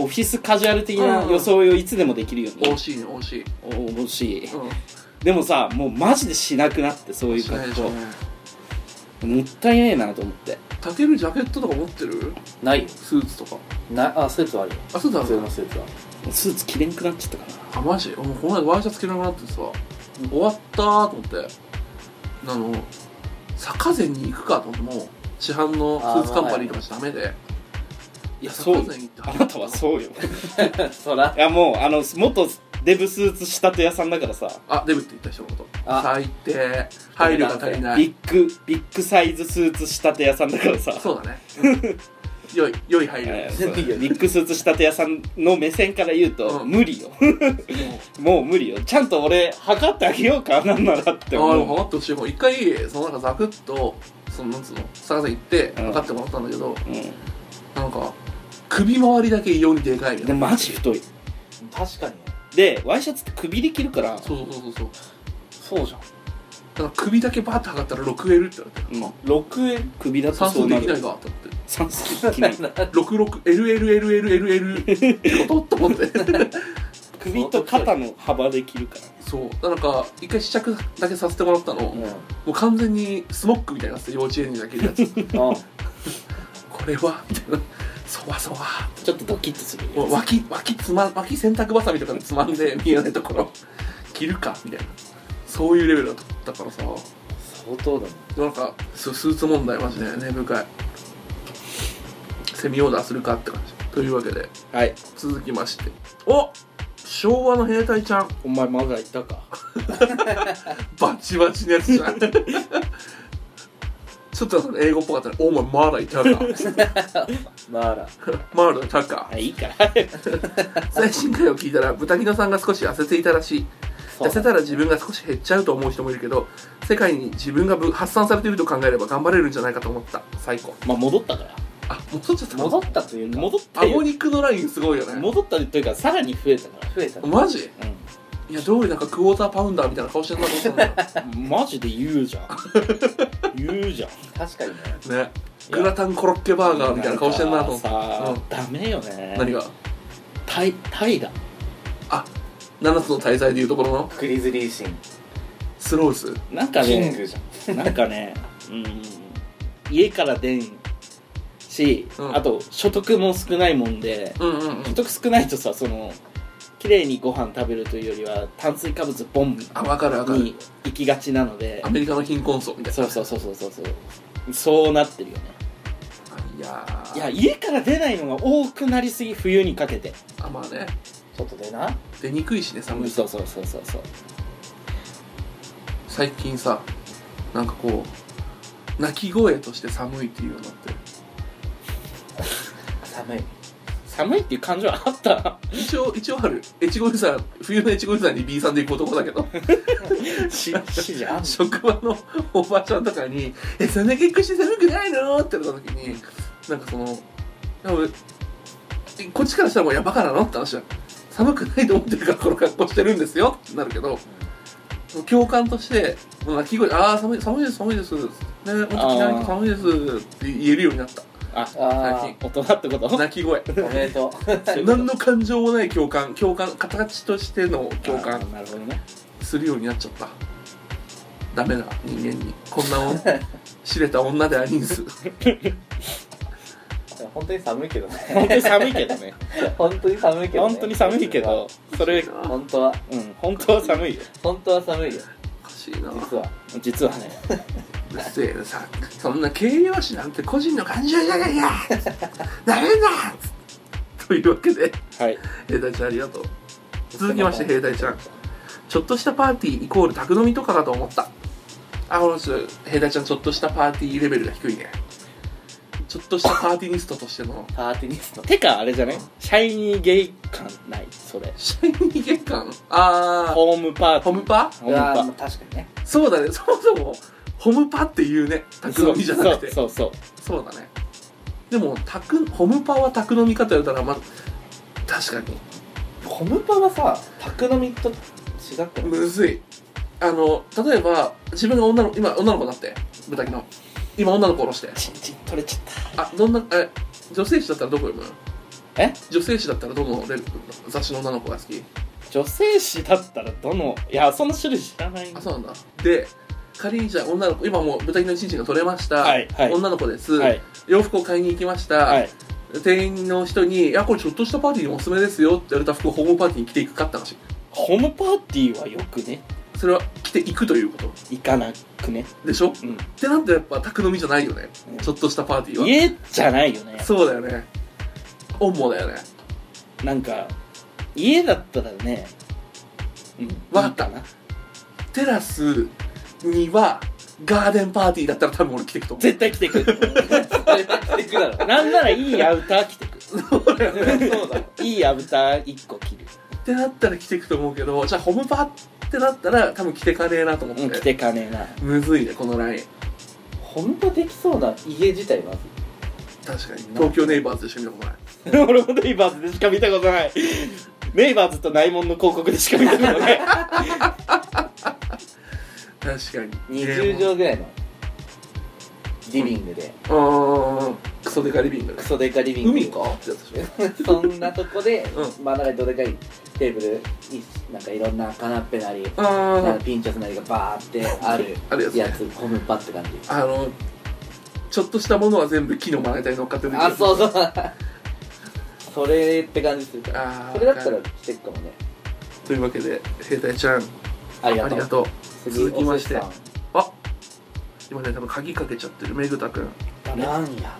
Speaker 3: オフィスカジュアル的な
Speaker 2: うん
Speaker 3: 装いをいつでもできるよね
Speaker 2: 惜しいね惜しい
Speaker 3: お惜しい
Speaker 2: うん
Speaker 3: でもさもうマジでしなくなってそういう
Speaker 2: しない
Speaker 3: 格
Speaker 2: でしょ
Speaker 3: 好もったいねえなと思って
Speaker 2: タケルジャケットとか持ってる
Speaker 1: ないよ
Speaker 2: スーツとか
Speaker 1: なあスーツはあるよ
Speaker 2: あそうだ
Speaker 1: 普通
Speaker 2: ろ
Speaker 1: のスーツは
Speaker 3: スーツ着れんくなっちゃった
Speaker 2: あ
Speaker 3: か
Speaker 2: マジもうこの間ワイシャツ着なくなってさ、終わったーと思ってあの坂前に行くかと思ってもう市販のスーツカンパニーとかじゃダメで
Speaker 3: らいや
Speaker 2: 坂
Speaker 3: そう
Speaker 2: 前
Speaker 3: よ
Speaker 2: に行
Speaker 3: あ
Speaker 2: って
Speaker 3: なたはそうよ
Speaker 1: そら
Speaker 3: いやもうあの元デブスーツ仕立て屋さんだからさ
Speaker 2: あデブって言った人のこと
Speaker 1: あ
Speaker 2: 最低配慮が足りない
Speaker 3: ビッグビッグサイズスーツ仕立て屋さんだからさ
Speaker 2: そうだね、 うん良い良い配慮、
Speaker 3: えー
Speaker 1: 全然いいよ
Speaker 3: ビッグスーツ仕立て屋さんの目線から言うと、
Speaker 2: うん
Speaker 3: 無理よ もう無理よちゃんと俺測ってあげようかなんならって
Speaker 2: ああでも
Speaker 3: 思
Speaker 2: 分
Speaker 3: う
Speaker 2: かってほしいもう一回そのなんかザクッとそのなんつうの坂前行って
Speaker 3: うん
Speaker 2: 分かってもらったんだけど、
Speaker 3: う
Speaker 2: なんか首周りだけ異様にでかいみた
Speaker 3: ん、で
Speaker 2: いな
Speaker 3: マジ太い
Speaker 1: 確かにね
Speaker 3: でワイシャツって首できるから、
Speaker 2: そうそうそうそう
Speaker 1: そう じゃん
Speaker 2: だから首だけバーって測ったら 6L ってなって
Speaker 3: うん、6円首だと
Speaker 2: 算
Speaker 3: そ
Speaker 2: 数
Speaker 3: う
Speaker 2: で
Speaker 3: な
Speaker 2: きない
Speaker 3: る
Speaker 2: かと思って
Speaker 3: 算数で きない
Speaker 2: 66LLLLLL ってことと思 って
Speaker 3: 首と肩の幅できるから
Speaker 2: そうなんか一回試着だけさせてもらったの、
Speaker 1: うん
Speaker 2: もう完全にスモックみたいになってて幼稚園児だけいるやつ
Speaker 1: うん
Speaker 2: これはみたいなそわそわ
Speaker 3: ちょっとドキッとする
Speaker 2: もう脇脇つま脇洗濯ばさみとかでつまんで 見えないところ着るかみたいなそういうレベルだったからさ
Speaker 1: 相当だね
Speaker 2: でもなんかススーツ問題マジでね深いセミオーダーするかって感じというわけで
Speaker 3: はい
Speaker 2: 続きましてお昭和の兵隊ちゃん
Speaker 3: お前まだいたか
Speaker 2: バチバチのやつじゃん ちょっとなんか英語っぽかったねお前まだいたか
Speaker 1: まあら
Speaker 2: まだいたか
Speaker 3: あいいから
Speaker 2: 最新回を聞いたら豚キノさんが少し痩せていたらしい痩せたら自分が少し減っちゃうと思う人もいるけど世界に自分がぶ発散されていると考えれば頑張れるんじゃないかと思った最高
Speaker 3: まあ戻ったから
Speaker 2: あ戻っちゃった
Speaker 1: 戻ったというか
Speaker 3: 戻った
Speaker 2: 顎
Speaker 3: よ
Speaker 2: 肉のラインすごいよね
Speaker 3: 戻ったというかさらに増えたか
Speaker 1: 増えた
Speaker 2: マジ
Speaker 3: ら、
Speaker 2: いやどうりなんかクォーターパウンダーみたいな顔してるなと思ったんだよ
Speaker 3: うん、マジで言うじゃ ん言うじゃん
Speaker 1: 確かにね
Speaker 2: ねグラタンコロッケバーガーみたいな顔してるなと思った
Speaker 3: んか
Speaker 2: う
Speaker 3: さ
Speaker 2: ん
Speaker 3: ダメよね
Speaker 2: 何が
Speaker 3: タイタイだ
Speaker 2: 7つの大罪でいうところの
Speaker 1: グリズリーシン
Speaker 2: スロース
Speaker 3: なんか
Speaker 1: キン
Speaker 3: ね
Speaker 1: グじゃん
Speaker 3: なんかねうん家から出んし、
Speaker 2: うん
Speaker 3: あと所得も少ないもんで
Speaker 2: うんうんうん
Speaker 3: 所得少ないとさその綺麗にご飯食べるというよりは炭水化物ボン
Speaker 2: あ分かる分かる
Speaker 3: に行きがちなので
Speaker 2: アメリカの貧困層みたいな
Speaker 3: そうそうそうそうそうそうそうなってるよね
Speaker 2: いやー
Speaker 3: いや家から出ないのが多くなりすぎ冬にかけて
Speaker 2: あまあね
Speaker 1: ちょっとでな
Speaker 2: 出にくいしね寒い
Speaker 3: そうそうそうそうそう
Speaker 2: 最近さなんかこう泣き声として寒いっていうようになって
Speaker 1: 寒い
Speaker 3: 寒いっていう感情はあった
Speaker 2: 一応一応ある越後湯さん冬の越後湯さんに B さんで行く男だけど
Speaker 3: ししじゃん
Speaker 2: 職場のおばちゃんとかに「えそんな結婚して寒くないの?」って言った時になんかその多分こっちからしたらもういやバカなのって話だ寒くないと思ってるからこの格好してるんですよってなるけど共感としてもう泣き声「ああ寒い寒いです寒いです」ね「本当着ないと寒いです」って言えるようになった
Speaker 3: あ
Speaker 1: あ
Speaker 3: 大人ってこと
Speaker 2: 泣き声
Speaker 1: あおめでと
Speaker 2: 何の感情もない共感共感形としての 共
Speaker 3: あ
Speaker 2: 感
Speaker 3: ーなるほどね
Speaker 2: するようになっちゃったダメな人間にこんなもん知れた女でありんす
Speaker 1: う 本当に寒いけどね
Speaker 3: 本 当に寒いけどね
Speaker 1: 本当に寒いけどね
Speaker 3: 本当に寒いけどそれ
Speaker 2: お
Speaker 1: 本当は
Speaker 3: うん本当は寒いよ
Speaker 1: 本当は寒いよ
Speaker 2: かしいなう
Speaker 1: 実は
Speaker 3: 実はね
Speaker 2: っせえなさそんな形容詞なんて個人の感情じゃないやダメだというわけで
Speaker 3: はい
Speaker 2: 兵隊ちゃんありがとう続きまして兵隊ちゃんちょっとしたパーティーイコール宅飲みとかかと思ったあこの人兵隊ちゃんちょっとしたパーティーレベルが低いねちょっとしたパーティーニストとしての
Speaker 1: パーティニスト
Speaker 3: てかあれじゃねシャイニーゲイ感ないそれ
Speaker 2: シャイニー月間ああ
Speaker 3: ホームパーテ
Speaker 2: ホ
Speaker 3: ィー
Speaker 2: ムパ
Speaker 3: ホ
Speaker 1: うわ
Speaker 3: ー
Speaker 1: ー
Speaker 3: ム
Speaker 1: 確かにね
Speaker 2: そうだね そもそもホムパっていうね
Speaker 3: パ
Speaker 2: 宅飲みじゃなくてそう
Speaker 3: そうそうそう
Speaker 2: だねでも宅ホムパは宅飲みかと言ったらまあ確かに
Speaker 1: ホムパはさ宅飲みと違って
Speaker 2: むずいあの例えば自分が女の今女の子だってブタキの今女の子下ろして
Speaker 3: チンチン取れちゃった
Speaker 2: あどんなえ女性誌だったらどこ読む
Speaker 3: え
Speaker 2: 女性誌だったらどのレ雑誌の女の子が好き
Speaker 3: 女性誌だったらどのいやその種類知らない
Speaker 2: あそうなんだで仮にじゃあ女の子今もう豚キのチンチンが取れました、
Speaker 3: はいはい
Speaker 2: 女の子です、
Speaker 3: はい
Speaker 2: 洋服を買いに行きました、
Speaker 3: はい
Speaker 2: 店員の人に「いやこれちょっとしたパーティーにおすすめですよ」って言われた服をホームパーティーに着ていくかって話
Speaker 3: ホームパーティーはよくね
Speaker 2: それは着ていくということ
Speaker 3: 行かなくね
Speaker 2: でしょっ
Speaker 3: うん
Speaker 2: てなってやっぱ宅飲みじゃないよね、
Speaker 3: うん
Speaker 2: ちょっとしたパーティーは
Speaker 3: 家じゃないよね
Speaker 2: そうだよねオンモだよね
Speaker 3: なんか家だったらねうん
Speaker 2: わかった
Speaker 3: いいな
Speaker 2: テラスにはガーデンパーティーだったら多分俺着てくと思う
Speaker 3: 絶対着てく
Speaker 1: 着てくだろ
Speaker 3: なんならいいアウター着てく
Speaker 1: そうだろ
Speaker 3: いいアウター1個着る
Speaker 2: ってなったら着てくと思うけどじゃあホームパーってなったら多分着てかねえなと思って、
Speaker 3: うん着てかねえな
Speaker 2: むずいねこのライン
Speaker 1: ホムパできそうな家自体は
Speaker 2: 確かに東京ネイバーズでしか見たことない
Speaker 3: 俺もネイバーズでしか見たことないネイバーズとナイモンの広告でしか見たことない
Speaker 2: 確かに
Speaker 1: 20畳ぐらいのリビングで
Speaker 2: うんうんうんクソデカリビング
Speaker 1: クソデカリビング
Speaker 2: 海かってやつでしょ
Speaker 1: そんなとこで、
Speaker 2: う
Speaker 1: 真ん中にどでかいテーブルいなんかいろんなカナッペなりな
Speaker 2: あ
Speaker 1: んかピンチョスなりがバーってある
Speaker 2: あるやつね
Speaker 1: やつホムパって感じ
Speaker 2: ああのちょっとしたものは全部木のまな板に乗っかってる
Speaker 1: あそう
Speaker 2: う
Speaker 1: そうそれって感じするから
Speaker 2: あー
Speaker 1: それだったら来てるかもね
Speaker 2: というわけで兵隊ちゃん
Speaker 1: ありがと
Speaker 2: あり
Speaker 1: う
Speaker 2: がとう
Speaker 1: 次
Speaker 2: 続きまして
Speaker 1: お寿司
Speaker 2: あ今ね多分鍵かけちゃってるめぐたくん
Speaker 1: さんなんや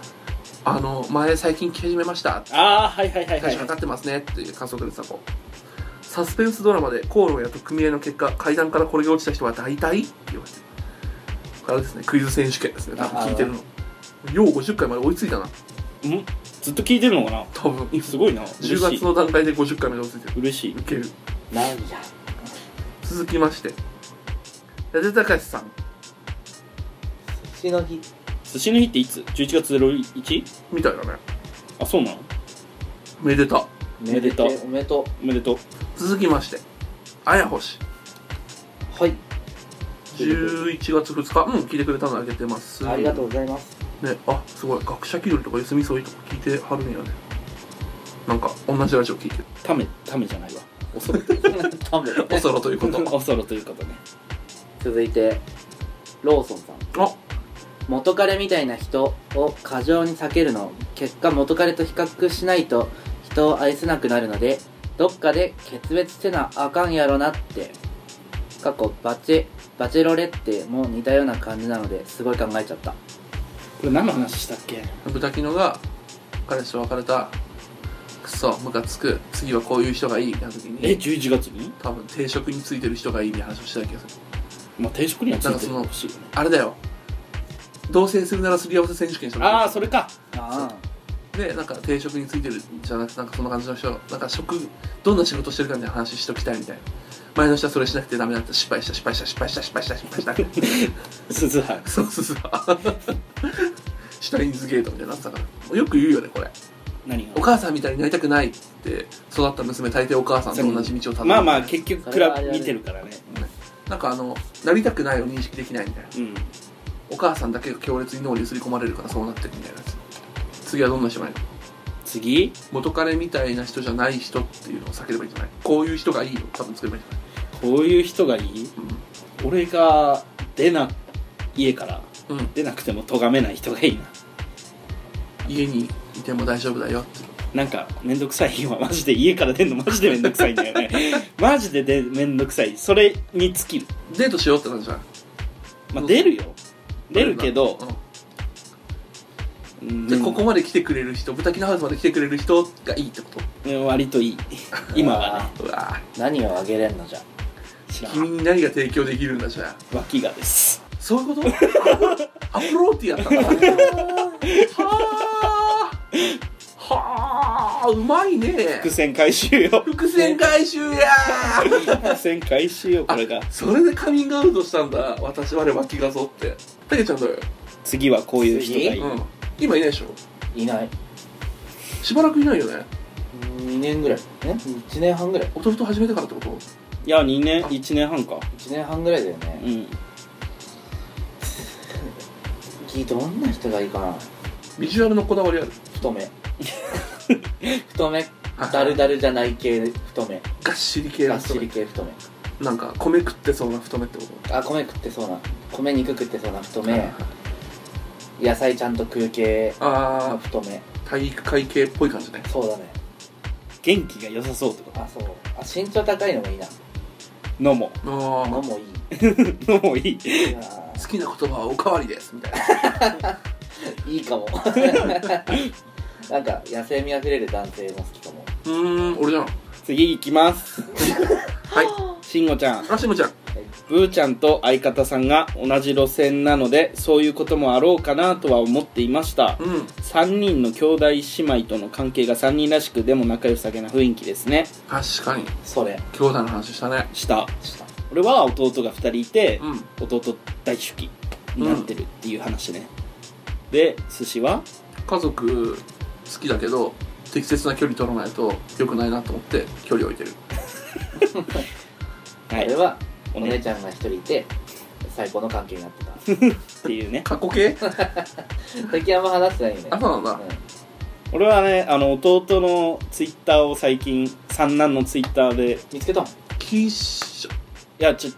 Speaker 2: あの前最近来始めました
Speaker 3: ああはいはいはい
Speaker 2: 最
Speaker 3: はい
Speaker 2: 初かかってますねっていう観測でさこうサスペンスドラマで口論やと組合の結果階段からこれが落ちた人は大体って言われてるこれはですねクイズ選手権ですね多分聞いてるのよう50回まで追いついたなん
Speaker 3: ずっと聞いてるのかな
Speaker 2: 多分
Speaker 3: すごいな
Speaker 2: 10
Speaker 3: 嬉し
Speaker 2: 月
Speaker 3: い
Speaker 2: の段階で50回まで追いついてる
Speaker 3: 嬉しい
Speaker 2: いける
Speaker 1: なんや
Speaker 2: 続きまして矢田隆さん
Speaker 4: 寿司の日
Speaker 3: 寿司の日っていつ ?11 月 01?
Speaker 2: みたいだね
Speaker 3: あ、そうなの
Speaker 2: めでた
Speaker 3: めでとう
Speaker 4: おめでと
Speaker 3: おめでとう。
Speaker 2: 続きましてあやほし
Speaker 4: うはい
Speaker 2: 11月2日うん聞いてくれたのあげてます
Speaker 4: ありがとうございます
Speaker 2: ねあすごい学者気取りとか休みそういとか聞いてはるんやねなんか同じラジオ聞いてる
Speaker 3: ため、ためじゃないわ。おそろ。
Speaker 4: 多分
Speaker 2: おそろということ
Speaker 3: おそろということね。
Speaker 1: 続いてローソンさん
Speaker 2: あ
Speaker 1: 元彼みたいな人を過剰に避けるの結果元彼と比較しないと人を愛せなくなるのでどっかで決別せなあかんやろなって過去バチェバチェロレッテも似たような感じなのですごい考えちゃった
Speaker 3: これ何の話したっけ
Speaker 2: 豚キノが彼氏と別れたくそムカつく次はこういう人がいいみたいな時
Speaker 3: え、
Speaker 2: に
Speaker 3: 11月に
Speaker 2: 多分定職についてる人がいいみたいな話をしてた気がする
Speaker 3: まあ、定食にはついて
Speaker 2: なんかその
Speaker 3: ほしいよね。
Speaker 2: あれだよ同棲するならすり合わせ選手権した
Speaker 3: ああ、それか。
Speaker 1: あ
Speaker 2: でなんか定職についてるじゃなくてなんかそんな感じの人なんか職どんな仕事してるかみたいな話しときたいみたいな前の人はそれしなくてダメだった失敗した失敗した失敗した失敗した失敗した失敗し
Speaker 3: 鈴葉。
Speaker 2: たそうそうそう シュタインズゲートみたいになってたからよく言うよねこれ
Speaker 3: 何が
Speaker 2: お母さんみたいになりたくないって育った娘大抵お母さんと同じ道をたどる
Speaker 3: まあまあ、結局、ク
Speaker 1: それは
Speaker 3: ラ
Speaker 1: あれ
Speaker 3: ブ
Speaker 1: あれ
Speaker 3: 見てるからね。
Speaker 2: なんかあのなりたくないを認識できないみたいな
Speaker 3: うん。
Speaker 2: お母さんだけが強烈に脳に刷り込まれるからそうなってるみたいなやつ次はどんな人がいいの
Speaker 3: 次
Speaker 2: 元彼みたいな人じゃない人っていうのを避ければいいんじゃないこういう人がいいよ多分作ればいいんじ
Speaker 3: こういう人がいい俺が出な家から
Speaker 2: ゃないうん、
Speaker 3: 出なくても咎めない人がいいな
Speaker 2: 家にいても大丈夫だよって
Speaker 3: なんかめんどくさい今マジで家から出るのマジでめんどくさいんだよねマジででめんどくさいそれに尽きる
Speaker 2: デートしようってなるじゃん
Speaker 3: まあ出るよ出るけど、う
Speaker 2: うんんでここまで来てくれる人豚キのハウスまで来てくれる人がいいってこと
Speaker 3: うん割といい今はね
Speaker 2: うわぁ
Speaker 1: あ何をあげれんのじゃ
Speaker 3: 知らん
Speaker 2: 君に何が提供できるんだじゃあ
Speaker 3: 脇がです
Speaker 2: そういうことアプローティやったんだはあはあうまいね
Speaker 3: 伏線回収よ
Speaker 2: 伏線回収や
Speaker 3: 伏線回収よこれが
Speaker 2: ーそれでカミングアウトしたんだ私我は気がぞってたけちゃんどうよ、
Speaker 3: 次はこういう人がいい、
Speaker 2: うん、今いないでしょ
Speaker 1: いない
Speaker 2: しばらくいないよね
Speaker 1: 2年ぐらいえ1年半ぐらい
Speaker 2: 弟始めてからってこと
Speaker 3: いや2年1年半か
Speaker 1: 1年半ぐらいだよね
Speaker 3: うん
Speaker 1: きどんな人がいいかな
Speaker 2: ビジュアルのこだわりある
Speaker 1: 太め太めダルダルじゃない系太め
Speaker 2: がっしり系
Speaker 1: が
Speaker 2: な
Speaker 1: っし
Speaker 2: 太
Speaker 1: り
Speaker 2: め
Speaker 1: 系太め
Speaker 2: なんか米食ってそうな太めってこ
Speaker 1: あ米食ってそうな米肉食ってそうな太
Speaker 2: と
Speaker 1: め野菜ちゃんと食う系
Speaker 2: ああ
Speaker 1: 太め
Speaker 2: 体育会系っぽい感じね
Speaker 1: そうだね
Speaker 3: 元気が良さそうってこ
Speaker 1: あそうあ身長高いのもいいな
Speaker 3: とのも
Speaker 2: あ
Speaker 1: の
Speaker 2: ー
Speaker 1: もいい
Speaker 3: のもいい
Speaker 1: いやー
Speaker 2: 好きな言葉はおかわりですみたいない
Speaker 1: いかもなんか野生味あふれる男性も好きかも
Speaker 2: うーん俺じゃん
Speaker 3: 次行きます
Speaker 2: はい
Speaker 3: しんごちゃん
Speaker 2: あしもちゃん
Speaker 3: ブーちゃんと相方さんが同じ路線なのでそういうこともあろうかなとは思っていました
Speaker 2: うん
Speaker 3: 3人の兄弟姉妹との関係が3人らしくでも仲良さげな雰囲気ですね
Speaker 2: 確かに
Speaker 1: それ
Speaker 2: 兄弟の話したね
Speaker 3: した
Speaker 1: した
Speaker 3: 俺は弟が2人いて
Speaker 2: うん
Speaker 3: 弟大主義になってるっていう話ね、で寿司は
Speaker 2: 家族好きだけど適切な距離取らないと良くないなと思って距離を置いてる
Speaker 3: は
Speaker 1: あ
Speaker 3: い
Speaker 1: れは
Speaker 3: お
Speaker 1: お
Speaker 3: 姉
Speaker 1: 姉
Speaker 3: ち
Speaker 1: ちゃんが一人いて最高の関係になってた
Speaker 3: ゃんっていうね
Speaker 2: 過去系
Speaker 1: 最近あんま話してないよね
Speaker 2: あそうなんだ
Speaker 1: う
Speaker 3: 俺はねあの弟のツイッターを最近三男のツイッターでい
Speaker 1: ん見つけたもん
Speaker 2: キッショ
Speaker 3: やちょ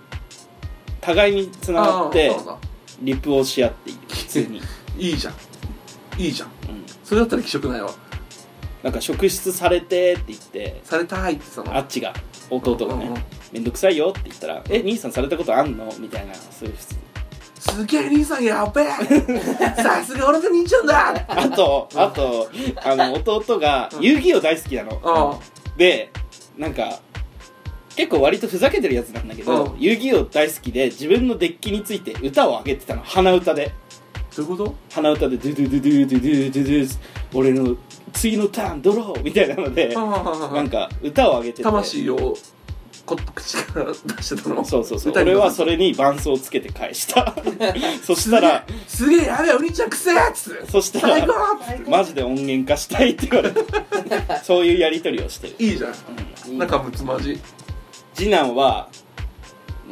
Speaker 3: 互いにつながって
Speaker 2: あーそうなんだ
Speaker 3: リプをし合っている普通に、
Speaker 2: いいじゃんいいじゃん
Speaker 3: うん、
Speaker 2: それだったら気色ないわ
Speaker 3: なんか職質されてって言って
Speaker 2: されたいってその
Speaker 3: あっちが弟が
Speaker 2: うんう
Speaker 3: ね
Speaker 2: ん
Speaker 3: 「めんどくさいよ」って言ったら「え兄さんされたことあんの?」みたいなそういう普通
Speaker 2: すげえ兄さんやべえ さすが俺の兄ちゃんだ
Speaker 3: あとあとあの弟が遊戯王大好きな
Speaker 2: あ
Speaker 3: の
Speaker 2: あ
Speaker 3: でなんか結構割とふざけてるやつなんだけど
Speaker 2: うん
Speaker 3: 遊戯王大好きで自分のデッキについて歌を上げてたの鼻歌で
Speaker 2: どういうこと
Speaker 3: 鼻歌で「ドゥドゥドゥドゥドゥドゥドゥドゥ俺の次のターンドロー」みたいなので
Speaker 2: はあはあはあ
Speaker 3: なんか歌を上げてて
Speaker 2: 魂をこ口から出してたの
Speaker 3: そうそうそう
Speaker 2: 歌に
Speaker 3: 俺
Speaker 2: 乗
Speaker 3: は
Speaker 2: せ
Speaker 3: それに伴奏をつけて返したそしたら
Speaker 2: すげえやべえお兄ちゃんくせえっつって
Speaker 3: そした
Speaker 2: 最高
Speaker 3: ら
Speaker 2: っつっ
Speaker 3: マジで音源化したいって言われたそういうやり取りをしてる
Speaker 2: ていいじゃん
Speaker 1: いい
Speaker 2: 仲睦まじい
Speaker 3: 次男は、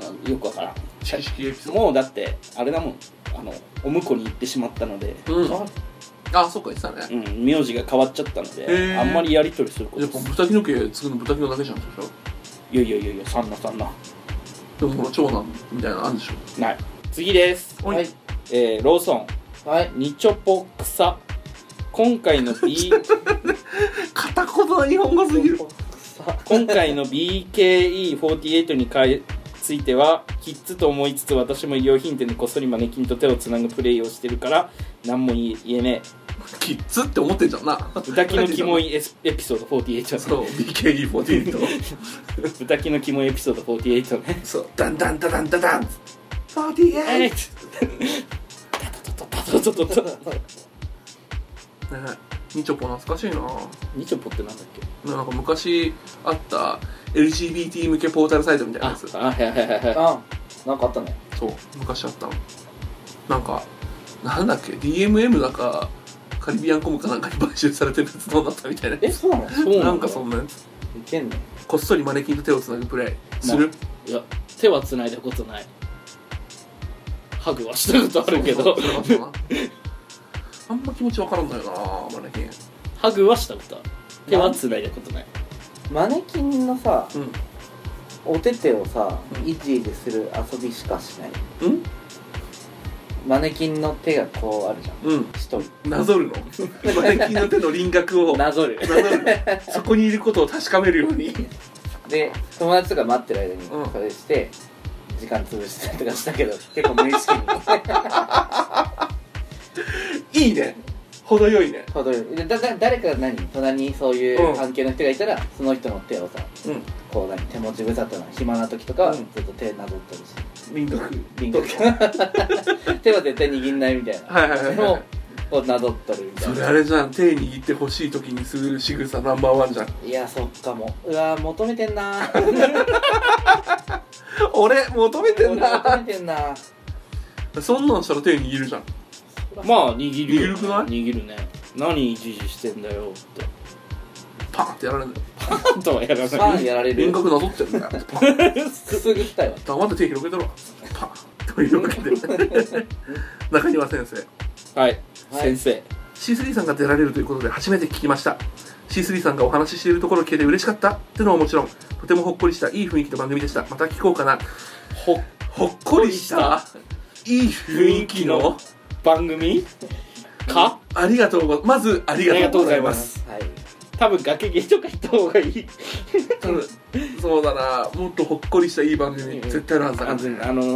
Speaker 3: まあ、よくわからん
Speaker 2: 式式エピソー
Speaker 3: もうだってあれだもんあのお婿に行ってしまったので、
Speaker 2: ドうんあそうか言ってたね
Speaker 3: うん、名字が変わっちゃったの
Speaker 2: へ
Speaker 3: で
Speaker 2: ー
Speaker 3: あんまりやり取りするこ
Speaker 2: や
Speaker 3: と
Speaker 2: っぱ
Speaker 3: い
Speaker 2: 豚キノ毛作るの豚キノだけじゃんでし
Speaker 3: やいやいやいやそんなそんな
Speaker 2: ょでもほら長男みたいなのあるんでしょ
Speaker 3: ない次です、
Speaker 2: お
Speaker 1: はいい
Speaker 3: えー、ローソン
Speaker 1: はい
Speaker 3: ニチョポ草今回の B
Speaker 2: 片言な日本語すぎる
Speaker 3: 今回の BKE48 にかいついてはキッズと思いつつ私も衣料品店でこっそりマネキンと手をつなぐプレイをしてるから何も言え言えね
Speaker 2: キッズって思ってんじゃんな
Speaker 3: え歌キのキモいエスエピソード48
Speaker 2: そう BKE48 と
Speaker 3: 歌キのキモいエピソード48ね
Speaker 2: そうダンダンダダンダダン48ねみちょぽ懐かしいな
Speaker 3: ニチョポってなんだっけ
Speaker 2: なんか昔あった LGBT 向けポータルサイトみたいなや
Speaker 3: あ
Speaker 2: つ、
Speaker 3: あ、はいはいはいは
Speaker 1: あなんかあったね
Speaker 2: そう昔あったのなんかなんだっけ DMM だかカリビアンコムかなんかに買収されてるやつどうだったみたいな
Speaker 1: えそうなのい
Speaker 3: い。そうなんだ
Speaker 2: なんかそんなやつ
Speaker 1: けんの
Speaker 2: こっそりマネキンと手をつなぐプレイする
Speaker 3: いや、手は繋いだことない。ハグはしたことあるけ
Speaker 2: そう
Speaker 3: ど、
Speaker 2: そうそうそうあんま気持ちわからんのよなマネキン
Speaker 3: ハグはしたことある。手は繋いだことない。
Speaker 1: マネキンのさ
Speaker 2: うん
Speaker 1: お手手をさ
Speaker 2: うん
Speaker 1: 維持でする遊びしかしない
Speaker 2: うん
Speaker 1: マネキンの手がこうあるじゃん
Speaker 2: うん
Speaker 1: 一人
Speaker 2: なぞるのマネキンの手の輪郭をな
Speaker 1: なぞる
Speaker 2: ぞるのそこにいることを確かめるように
Speaker 1: で友達とか待ってる間に
Speaker 2: うん
Speaker 1: それして時間潰したりとかしたけど結構無意識に
Speaker 2: いいね程よいね
Speaker 1: 程よいでだだ誰か何隣にそういううん関係の人がいたらその人の手をさ
Speaker 2: うん
Speaker 1: こう何手持ち無沙汰な暇な時とかは
Speaker 2: う
Speaker 1: ず
Speaker 2: ん
Speaker 1: っと手なぞったりして
Speaker 2: 輪郭
Speaker 1: 輪郭手は絶対握んないみたいな
Speaker 2: はいはいはいはい
Speaker 1: でもこうなぞっとるみた
Speaker 2: そ
Speaker 1: い
Speaker 2: れ
Speaker 1: な
Speaker 2: あれじゃん手握ってほしい時にする仕草ナンバーワンじゃん
Speaker 1: いやそっかもううわー求めてんなー
Speaker 2: 俺求めてん
Speaker 1: 俺 求
Speaker 2: な
Speaker 1: めてんなー
Speaker 2: そんなんしたら手握るじゃん
Speaker 3: まあ、握るよ、
Speaker 2: 握るくない
Speaker 3: 握るね。何いじいじしてんだよって。
Speaker 2: パーンってやられるんだよ
Speaker 3: あとはやら
Speaker 1: パ
Speaker 3: な
Speaker 1: ン
Speaker 3: い。
Speaker 1: やられる
Speaker 2: 輪郭なぞってるんだよ
Speaker 1: くすぐったいわ
Speaker 2: 黙って手広げてろパーンというわ けで中庭先生
Speaker 3: は
Speaker 1: は
Speaker 3: い、
Speaker 1: い
Speaker 3: 先生。
Speaker 2: C3 さんが出られるということで初めて聞きました C3 さんがお話ししているところを聞けて嬉しかったってのはもちろんとてもほっこりしたいい雰囲気の番組でしたまた聞こうかな
Speaker 3: ほっ
Speaker 2: ほっこりしたいい雰囲気の
Speaker 3: 番組か
Speaker 2: ありがとうごまずありがとうございます
Speaker 1: はい
Speaker 3: 多分崖芸とか行った方がいい。
Speaker 2: 多分そうだなもっとほっこりしたいい番組絶対あるはずだ
Speaker 3: あ
Speaker 2: か
Speaker 3: の、う
Speaker 2: ら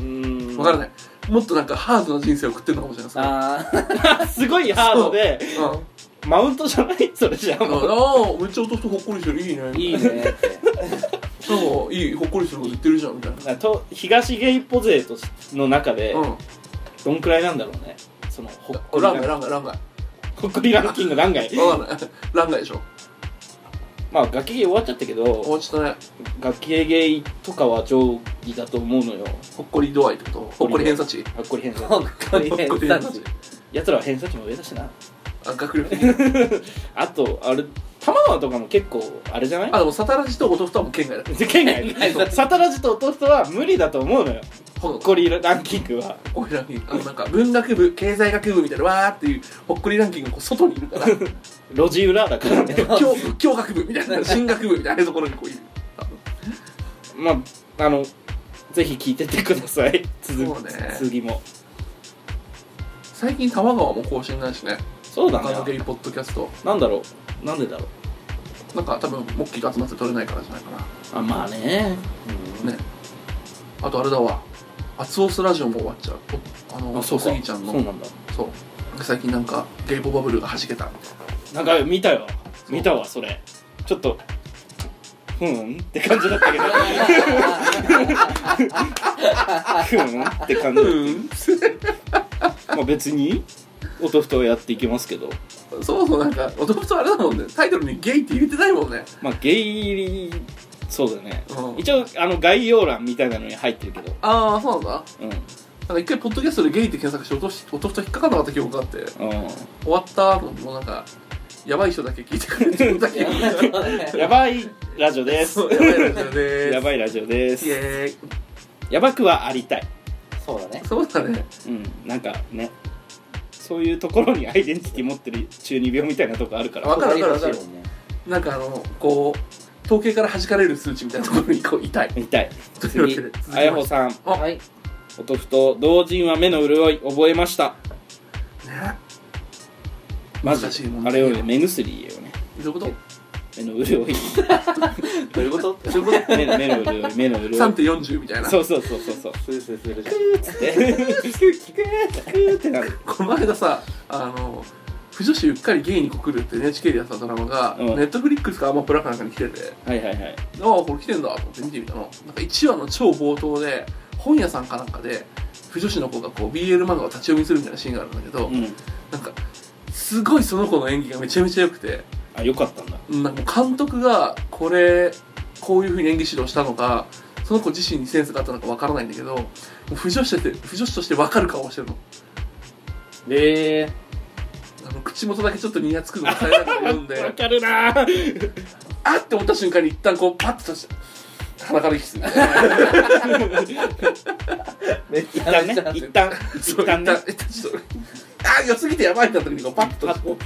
Speaker 3: ーん。
Speaker 2: 分からないもっとなんかハードな人生を送ってるのかもしれないさ
Speaker 1: あー
Speaker 3: すごいハードで、
Speaker 2: うんうん
Speaker 3: マウントじゃないそれじゃあもう。
Speaker 2: ああめっちゃ弟ほっこりしてるいいね
Speaker 3: いい
Speaker 1: いいね
Speaker 3: ね。
Speaker 1: って
Speaker 2: なんかいいほっこりしてること言ってるじゃんみたいな
Speaker 3: と東ゲイポ勢としの中で、
Speaker 2: うん
Speaker 3: どんくらいなんだろうね。そのほっこり
Speaker 2: ラ
Speaker 3: ラ
Speaker 2: ンガイ
Speaker 3: ン
Speaker 2: ランガイランガイ
Speaker 3: ほっこりランキング何回
Speaker 2: 分かんない ランガイでしょ
Speaker 3: まあガキゲイ終わっちゃったけ
Speaker 2: 終わ
Speaker 3: ど
Speaker 2: っちゃったね
Speaker 3: ガキゲイとかは上位だと思うのよ
Speaker 2: ほっこり度合いってことほっこり偏差値
Speaker 3: ほっこり偏
Speaker 1: ほ
Speaker 3: 差
Speaker 1: っこり
Speaker 2: ほっ
Speaker 1: 偏
Speaker 2: こり
Speaker 1: 差
Speaker 2: 偏差
Speaker 1: 値
Speaker 2: 値
Speaker 3: やつらは偏差値も上だしな
Speaker 2: あ学力的に
Speaker 3: あとあれ玉川とかも結構あれじゃない
Speaker 2: あでもサタラジと弟はもう県外だ
Speaker 3: で県外サタラジと弟は無理だと思うのよ
Speaker 2: ほ
Speaker 3: ほっこりランキングは
Speaker 2: ほっこりランキングあのなんか文学部経済学部みたいなわーっていうほっこりランキングのこう外にいる から仏
Speaker 3: 路地裏だからね
Speaker 2: 教仏教学部みたい な進学部みたいなところにこういる
Speaker 3: まああのぜひ聞いてってください続
Speaker 2: そうね
Speaker 3: 次も
Speaker 2: 最近玉川も更新ないしね
Speaker 3: そうだ
Speaker 2: 他のゲ
Speaker 3: ね
Speaker 2: イポッドキャスト
Speaker 3: なんだろうなんでだろう
Speaker 2: なんか多分モッキーが集まって撮れないからじゃないか
Speaker 3: あまあね
Speaker 2: なねあとあれだわアツオスラジオも終わっちゃうおあの
Speaker 3: あそうか
Speaker 2: スギちゃんの
Speaker 3: そうなんだ
Speaker 2: そう最近なんかゲイポバブルが弾けた
Speaker 3: なんか見たよ見たわそれちょっとふーんって感じだったけどふーんって感じだっ
Speaker 2: うん
Speaker 3: た、まあ、別に音ふとはやっていきますけど
Speaker 2: そもそもなんか、もともとあれだもんね、タイトルにゲイって入れてないもんね。
Speaker 3: まあゲイそうだね、
Speaker 2: うん
Speaker 3: 一応あの概要欄みたいなのに入ってるけど
Speaker 2: ああそうなんだ
Speaker 3: うん
Speaker 2: なんか一回ポッドキャストでゲイって検索して落とし落とした引っかかんなかった記憶があって
Speaker 3: う
Speaker 2: 終わったのもうなんかやばい人だけ聞いてくれてるだけ
Speaker 3: ん、やばいラジオです
Speaker 2: そうやばいラジオです
Speaker 3: やばいラジオです
Speaker 2: イエーイ
Speaker 3: やばくはありたい
Speaker 1: そうだね
Speaker 2: そうだね
Speaker 3: うんなんかねそういうところにアイデンティティ持ってる中二病みたいなとこあるから
Speaker 2: わかるわかるわかる
Speaker 1: そうね
Speaker 2: なんかあのこう統計から弾かれる数値みたいなところにこう痛い
Speaker 3: 見たい
Speaker 2: というわけで続きまして
Speaker 3: あやほさん
Speaker 2: あ
Speaker 1: はい
Speaker 3: おとふと同人は目の潤い覚えました
Speaker 2: ね
Speaker 3: まず
Speaker 2: 難しいもんね
Speaker 3: あれをね目薬言えよね
Speaker 2: どういうこ
Speaker 3: 目の潤い
Speaker 1: どういうこと
Speaker 2: とどういうこ
Speaker 3: 目の目の潤い目の
Speaker 2: と
Speaker 3: 潤い
Speaker 2: 3.40みたいな
Speaker 3: そうそうそうそうそう
Speaker 1: スースーするじゃん
Speaker 3: でキクーキクーってなる
Speaker 2: この間さあの腐女子うっかりゲイに告るって NHK でやってたドラマが、
Speaker 3: うん
Speaker 2: ネットフリックスかアマプラかなんかに来てて
Speaker 3: はいはいはい
Speaker 2: ああこれ来てんだと思って見てみたのなんか1話の超冒頭で本屋さんかなんかで腐女子の子がこう BL 漫画を立ち読みするみたいなシーンがあるんだけど、
Speaker 3: うん
Speaker 2: なんかすごいその子の演技がめちゃめちゃ良くて
Speaker 3: あよかったんだ
Speaker 2: なんか監督がこれこういうふうに演技指導したのかその子自身にセンスがあったのかわからないんだけどもう腐女子として腐女子として分かる顔をしてるの
Speaker 1: でー
Speaker 2: あの口元だけちょっとニヤつくのが耐えながら読ん
Speaker 3: わ
Speaker 2: で
Speaker 3: かる なー
Speaker 2: あって思った瞬間に一旦こうパッと閉じて鼻から息吸って
Speaker 1: めっち
Speaker 3: 一
Speaker 1: ゃ
Speaker 3: 旦
Speaker 1: め
Speaker 3: ね
Speaker 1: っちゃ
Speaker 3: 一旦
Speaker 2: そう
Speaker 3: 一旦ね
Speaker 2: 一旦ちょっとあ良すぎてやばいってなった時にこうパッとこ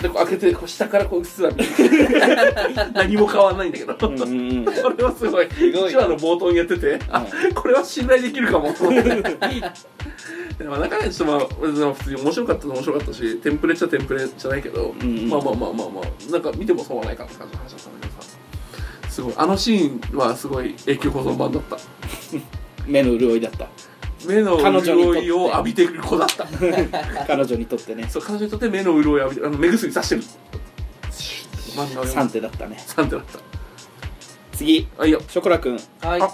Speaker 2: うでこう開けてこう下からこううっすら見 て 何も変わんないんだけど
Speaker 3: うんうんうん
Speaker 2: これはすごい
Speaker 1: ごい
Speaker 2: 1話の冒頭にやってて、あこれは信頼できるかもと 思ってでまあ中身ちょっとまあ俺の普通に面白かったの面白かったしテンプレっちゃテンプレじゃないけど、
Speaker 3: んうん
Speaker 2: まあまあまあまあまあなんか見てもそうはないかって感じの話だったんだけどさすごいあのシーンはすごい永久保存版だった
Speaker 3: 目の潤いだった
Speaker 2: 目の
Speaker 3: 彼女にと
Speaker 2: 潤
Speaker 3: って
Speaker 2: いを浴びてる子だった
Speaker 3: 彼女にとってね
Speaker 2: そう彼女にとって目の潤いを浴びてあの目薬さしてる漫画を読
Speaker 3: 3
Speaker 2: む
Speaker 3: 手だったね
Speaker 2: 3手だった
Speaker 3: 次
Speaker 2: あいいよ
Speaker 3: ショコラくん
Speaker 1: はい
Speaker 2: あ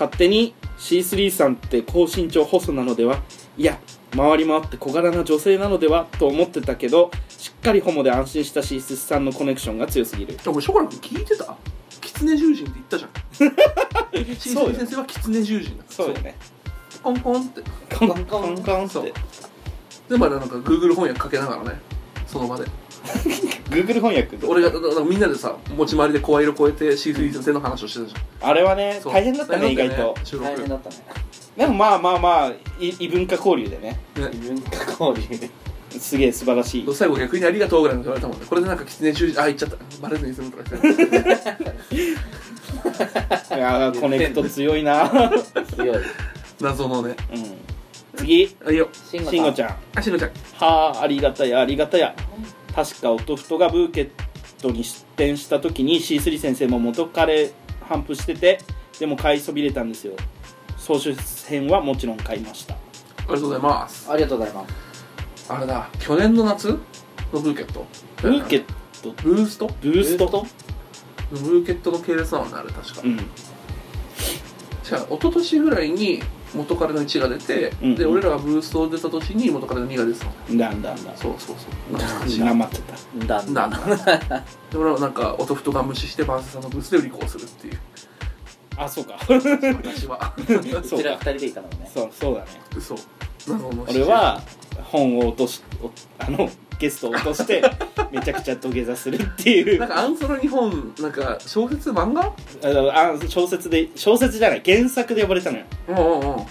Speaker 3: 勝手に C3 さんって高身長細なのではいや回り回って小柄な女性なのではと思ってたけどしっかりホモで安心したしすしさんのコネクションが強すぎる
Speaker 2: でもショコラ君聞いてた狐獣人って言ったじゃんシー
Speaker 3: そう
Speaker 2: ソ
Speaker 3: よ
Speaker 2: ー先生は狐獣人だ
Speaker 3: ね
Speaker 2: コンコンって
Speaker 3: コンコンコンっ
Speaker 2: そう
Speaker 3: て
Speaker 2: でまあなんか Google 翻訳かけながらねその場で
Speaker 3: Google 翻訳
Speaker 2: 俺がだからみんなでさ持ち回りで声色超えて C3 先生の話をしてたじゃん
Speaker 3: あれはね
Speaker 2: そう
Speaker 3: 大変だったね
Speaker 2: 大
Speaker 3: 意
Speaker 2: 変だ
Speaker 3: 外と
Speaker 2: よね収
Speaker 1: 大変
Speaker 2: 録
Speaker 1: だったね
Speaker 3: でもまあまあまあい異文化交流でね
Speaker 1: 異文化交流
Speaker 3: すげえ素晴らしい
Speaker 2: 最後逆にありがとうぐらいの言われたもんねこれでなんか狐獣人あ言っちゃったバレずに済むとか言って
Speaker 3: いやーコネクト強いなうん
Speaker 1: 強い
Speaker 2: 謎のね
Speaker 3: 次
Speaker 2: あいいよ
Speaker 1: 慎
Speaker 3: 慎吾
Speaker 1: 吾
Speaker 3: ち
Speaker 1: ちゃん
Speaker 3: ゃん
Speaker 2: あしのちゃん
Speaker 3: はあありがたやありがたや確か音ふとがブーケットに出店した時に C3 先生も元彼反布しててでも買いそびれたんですよ総集編はもちろん買いました
Speaker 2: ありがとうございます
Speaker 1: ありがとうございます
Speaker 2: あれだ去年の夏のブーケット
Speaker 3: ブーケット
Speaker 2: ブースト
Speaker 3: ブースト
Speaker 1: ブー
Speaker 2: ブーケットの系列なのねあれ確か
Speaker 3: うん
Speaker 2: 違う一昨年ぐらいに元彼の1が出て、
Speaker 3: うん
Speaker 2: で俺らがブーストを出た年に元彼の2が出てたのね
Speaker 3: だんだんだん
Speaker 2: そうそうそう懐かしい
Speaker 3: なまってた
Speaker 1: だんだ
Speaker 2: なんだで俺はなんか音ふとが無視してバンセさんのブースで売り子をするっていう
Speaker 3: あそうか
Speaker 2: 私 は
Speaker 1: うちら二人でいたのね
Speaker 3: そうそうだね
Speaker 2: 嘘謎の
Speaker 3: 俺は本を落としおあのゲストを落 としてめちゃくちゃ土下座するっていう
Speaker 2: なんかアンソロ日本なんか小説漫画
Speaker 3: あのあ小説で小説じゃない原作で呼ばれたのよ
Speaker 2: うんうんうん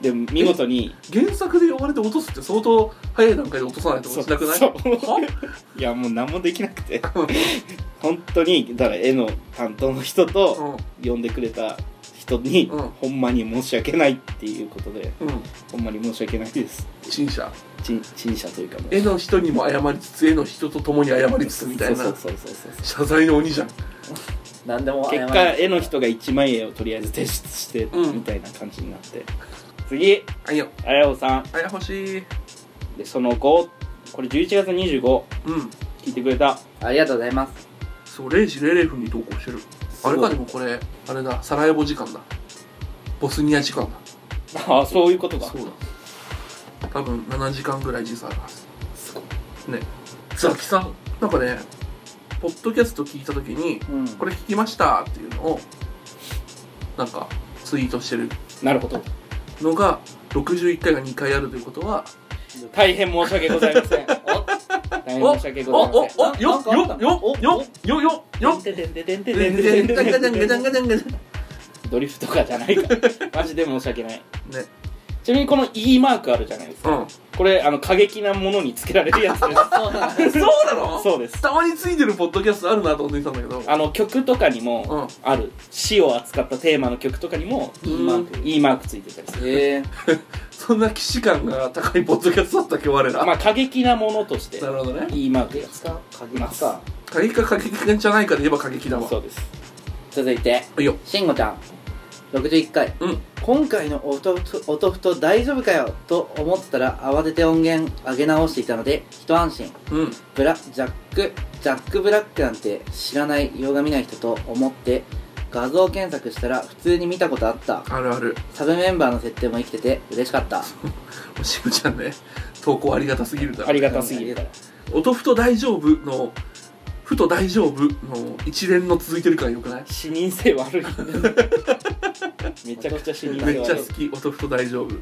Speaker 3: で見事に
Speaker 2: 原作で呼ばれて落とすって相当早い段階で落とさないと落ちなくない
Speaker 3: そう
Speaker 2: はい
Speaker 3: やもう何もできなくて本当にだから絵の担当の人と呼んでくれた人に、
Speaker 2: うん
Speaker 3: ほんまに申し訳ないっていうことで
Speaker 2: うんうん
Speaker 3: ほんまに申し訳ないです
Speaker 2: 陳謝
Speaker 3: 陳陳謝というかもう
Speaker 2: 絵の人にも謝りつつ絵の人と共に謝りつつみたいな
Speaker 3: そうそうそうそうそう
Speaker 2: 謝罪の鬼じゃん
Speaker 1: 何でも謝る
Speaker 3: 結果絵の人が一枚絵をとりあえず提出して、
Speaker 2: うん
Speaker 3: みたいな感じになって次
Speaker 2: あいよ
Speaker 3: あやおさん
Speaker 2: あや欲しい
Speaker 3: でその後これ11月25
Speaker 2: うん
Speaker 3: 聞いてくれた
Speaker 1: ありがとうございます
Speaker 2: そう0時00分に投稿してるあれ
Speaker 3: ご
Speaker 2: か
Speaker 3: い
Speaker 2: でもこれあれだサラエボ時間だボスニア時間だ
Speaker 3: ああそういうことか
Speaker 2: そうだ多分7時間ぐらい時差あるはずねっ木さんなんかねポッドキャスト聞いた時に
Speaker 1: うん
Speaker 2: これ聞きましたっていうのをなんかツイートしてる
Speaker 3: なるほど
Speaker 2: のが61回が2回あるということは
Speaker 3: 大変申し訳ございません大変申し訳
Speaker 2: お
Speaker 3: ございま
Speaker 2: お
Speaker 3: せん
Speaker 2: およっよっよっよっよっよっよっ
Speaker 3: でんでんでんでんでんでんでんでんでんでんでん
Speaker 2: ね
Speaker 3: ドリフとかじゃないからマジで申し訳ないちなみにこの E マークあるじゃないです
Speaker 2: う
Speaker 3: か
Speaker 2: ん
Speaker 3: これあの過激なものにつけられるやつで
Speaker 1: そ
Speaker 3: す
Speaker 1: うなんだ
Speaker 2: そうなの
Speaker 3: そうです
Speaker 2: たまについてるポッドキャストあるなと思ってたんだけど
Speaker 3: あの曲とかにもある死を扱ったテーマの曲とかにも
Speaker 2: うん
Speaker 3: E マーク E マークついてたりする
Speaker 1: ええ
Speaker 2: そんな既視感が高いポッドキャストだったっけ我ら
Speaker 3: ま
Speaker 2: な
Speaker 3: あ過激なものとして
Speaker 2: るほどね
Speaker 3: E マーク
Speaker 1: で
Speaker 3: が
Speaker 1: すか鍵ますか
Speaker 2: 過激か過激かじゃないかで言えば過激だわ
Speaker 3: そうです
Speaker 1: 続いて
Speaker 2: いいよ
Speaker 1: しんごちゃん61回
Speaker 2: うん
Speaker 1: 今回の音ふ音ふと大丈夫かよと思ったら慌てて音源上げ直していたので一安心
Speaker 2: うん
Speaker 1: ブラジャックジャック・ブラックなんて知らない洋画見ない人と思って画像検索したら普通に見たことあった
Speaker 2: あるある
Speaker 1: サブメンバーの設定も生きてて嬉しかった
Speaker 2: おしぶちゃんね投稿ありがたすぎるか
Speaker 3: あ
Speaker 2: ら
Speaker 3: りがたすぎるから
Speaker 2: 音ふと大丈夫のふと大丈夫の一連の続いてる感よくない
Speaker 3: 視認性悪いめちゃくちゃ視認
Speaker 2: め
Speaker 3: 性
Speaker 2: っちゃ
Speaker 3: 悪
Speaker 2: 好き
Speaker 3: い
Speaker 2: 音ふと大丈夫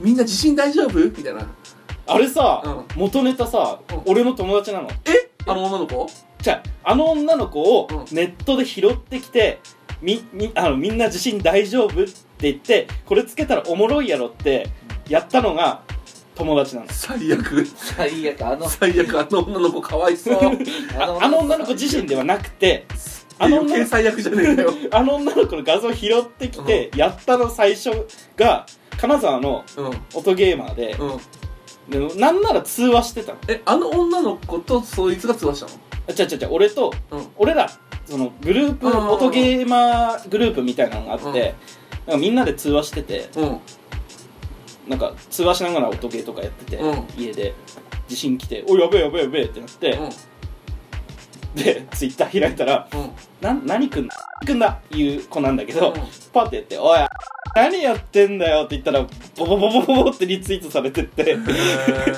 Speaker 2: みんな自信大丈夫みたいな
Speaker 3: あれさ、
Speaker 2: う
Speaker 3: 元ネタさ、
Speaker 2: うん
Speaker 3: 俺の友達なの
Speaker 2: えあの女の子
Speaker 3: じゃああの女の子を
Speaker 2: うん
Speaker 3: ネットで拾ってきてみみあのみんな自信大丈夫って言ってこれつけたらおもろいやろってやったのが友達なの
Speaker 2: 最悪
Speaker 1: 最悪 あの
Speaker 2: 最悪あの女の子かわいそう
Speaker 3: ああの女の子自身ではなくて あの
Speaker 2: 余
Speaker 3: 女
Speaker 2: 計
Speaker 3: の子
Speaker 2: 最悪じゃねえかよ
Speaker 3: あの女の子の画像を拾ってきてやったの最初が金沢の
Speaker 2: うん
Speaker 3: 音ゲーマーで
Speaker 2: うん
Speaker 3: でもなんなら通話してたの
Speaker 2: えあの女の子とそいつが通話し
Speaker 3: あちゃちゃちゃ俺と
Speaker 2: たの
Speaker 3: 俺らそのグループ
Speaker 2: うんうんうん
Speaker 3: 音ゲーマーグループみたいなのがあって、
Speaker 2: うん
Speaker 3: なんかみんなで通話してて
Speaker 2: うんうん
Speaker 3: なんか通話しながら音ゲーとかやってて、
Speaker 2: うん
Speaker 3: 家で地震来て「おいやべえやべえやべえ」ってなって、
Speaker 2: う
Speaker 3: でツイッター開いたら
Speaker 2: んうん
Speaker 3: 「な何くんだくんだ」いう子なんだけど、
Speaker 2: うん
Speaker 3: パッてやって「おい何やってんだよ」って言ったらボボボボボボってリツイートされてって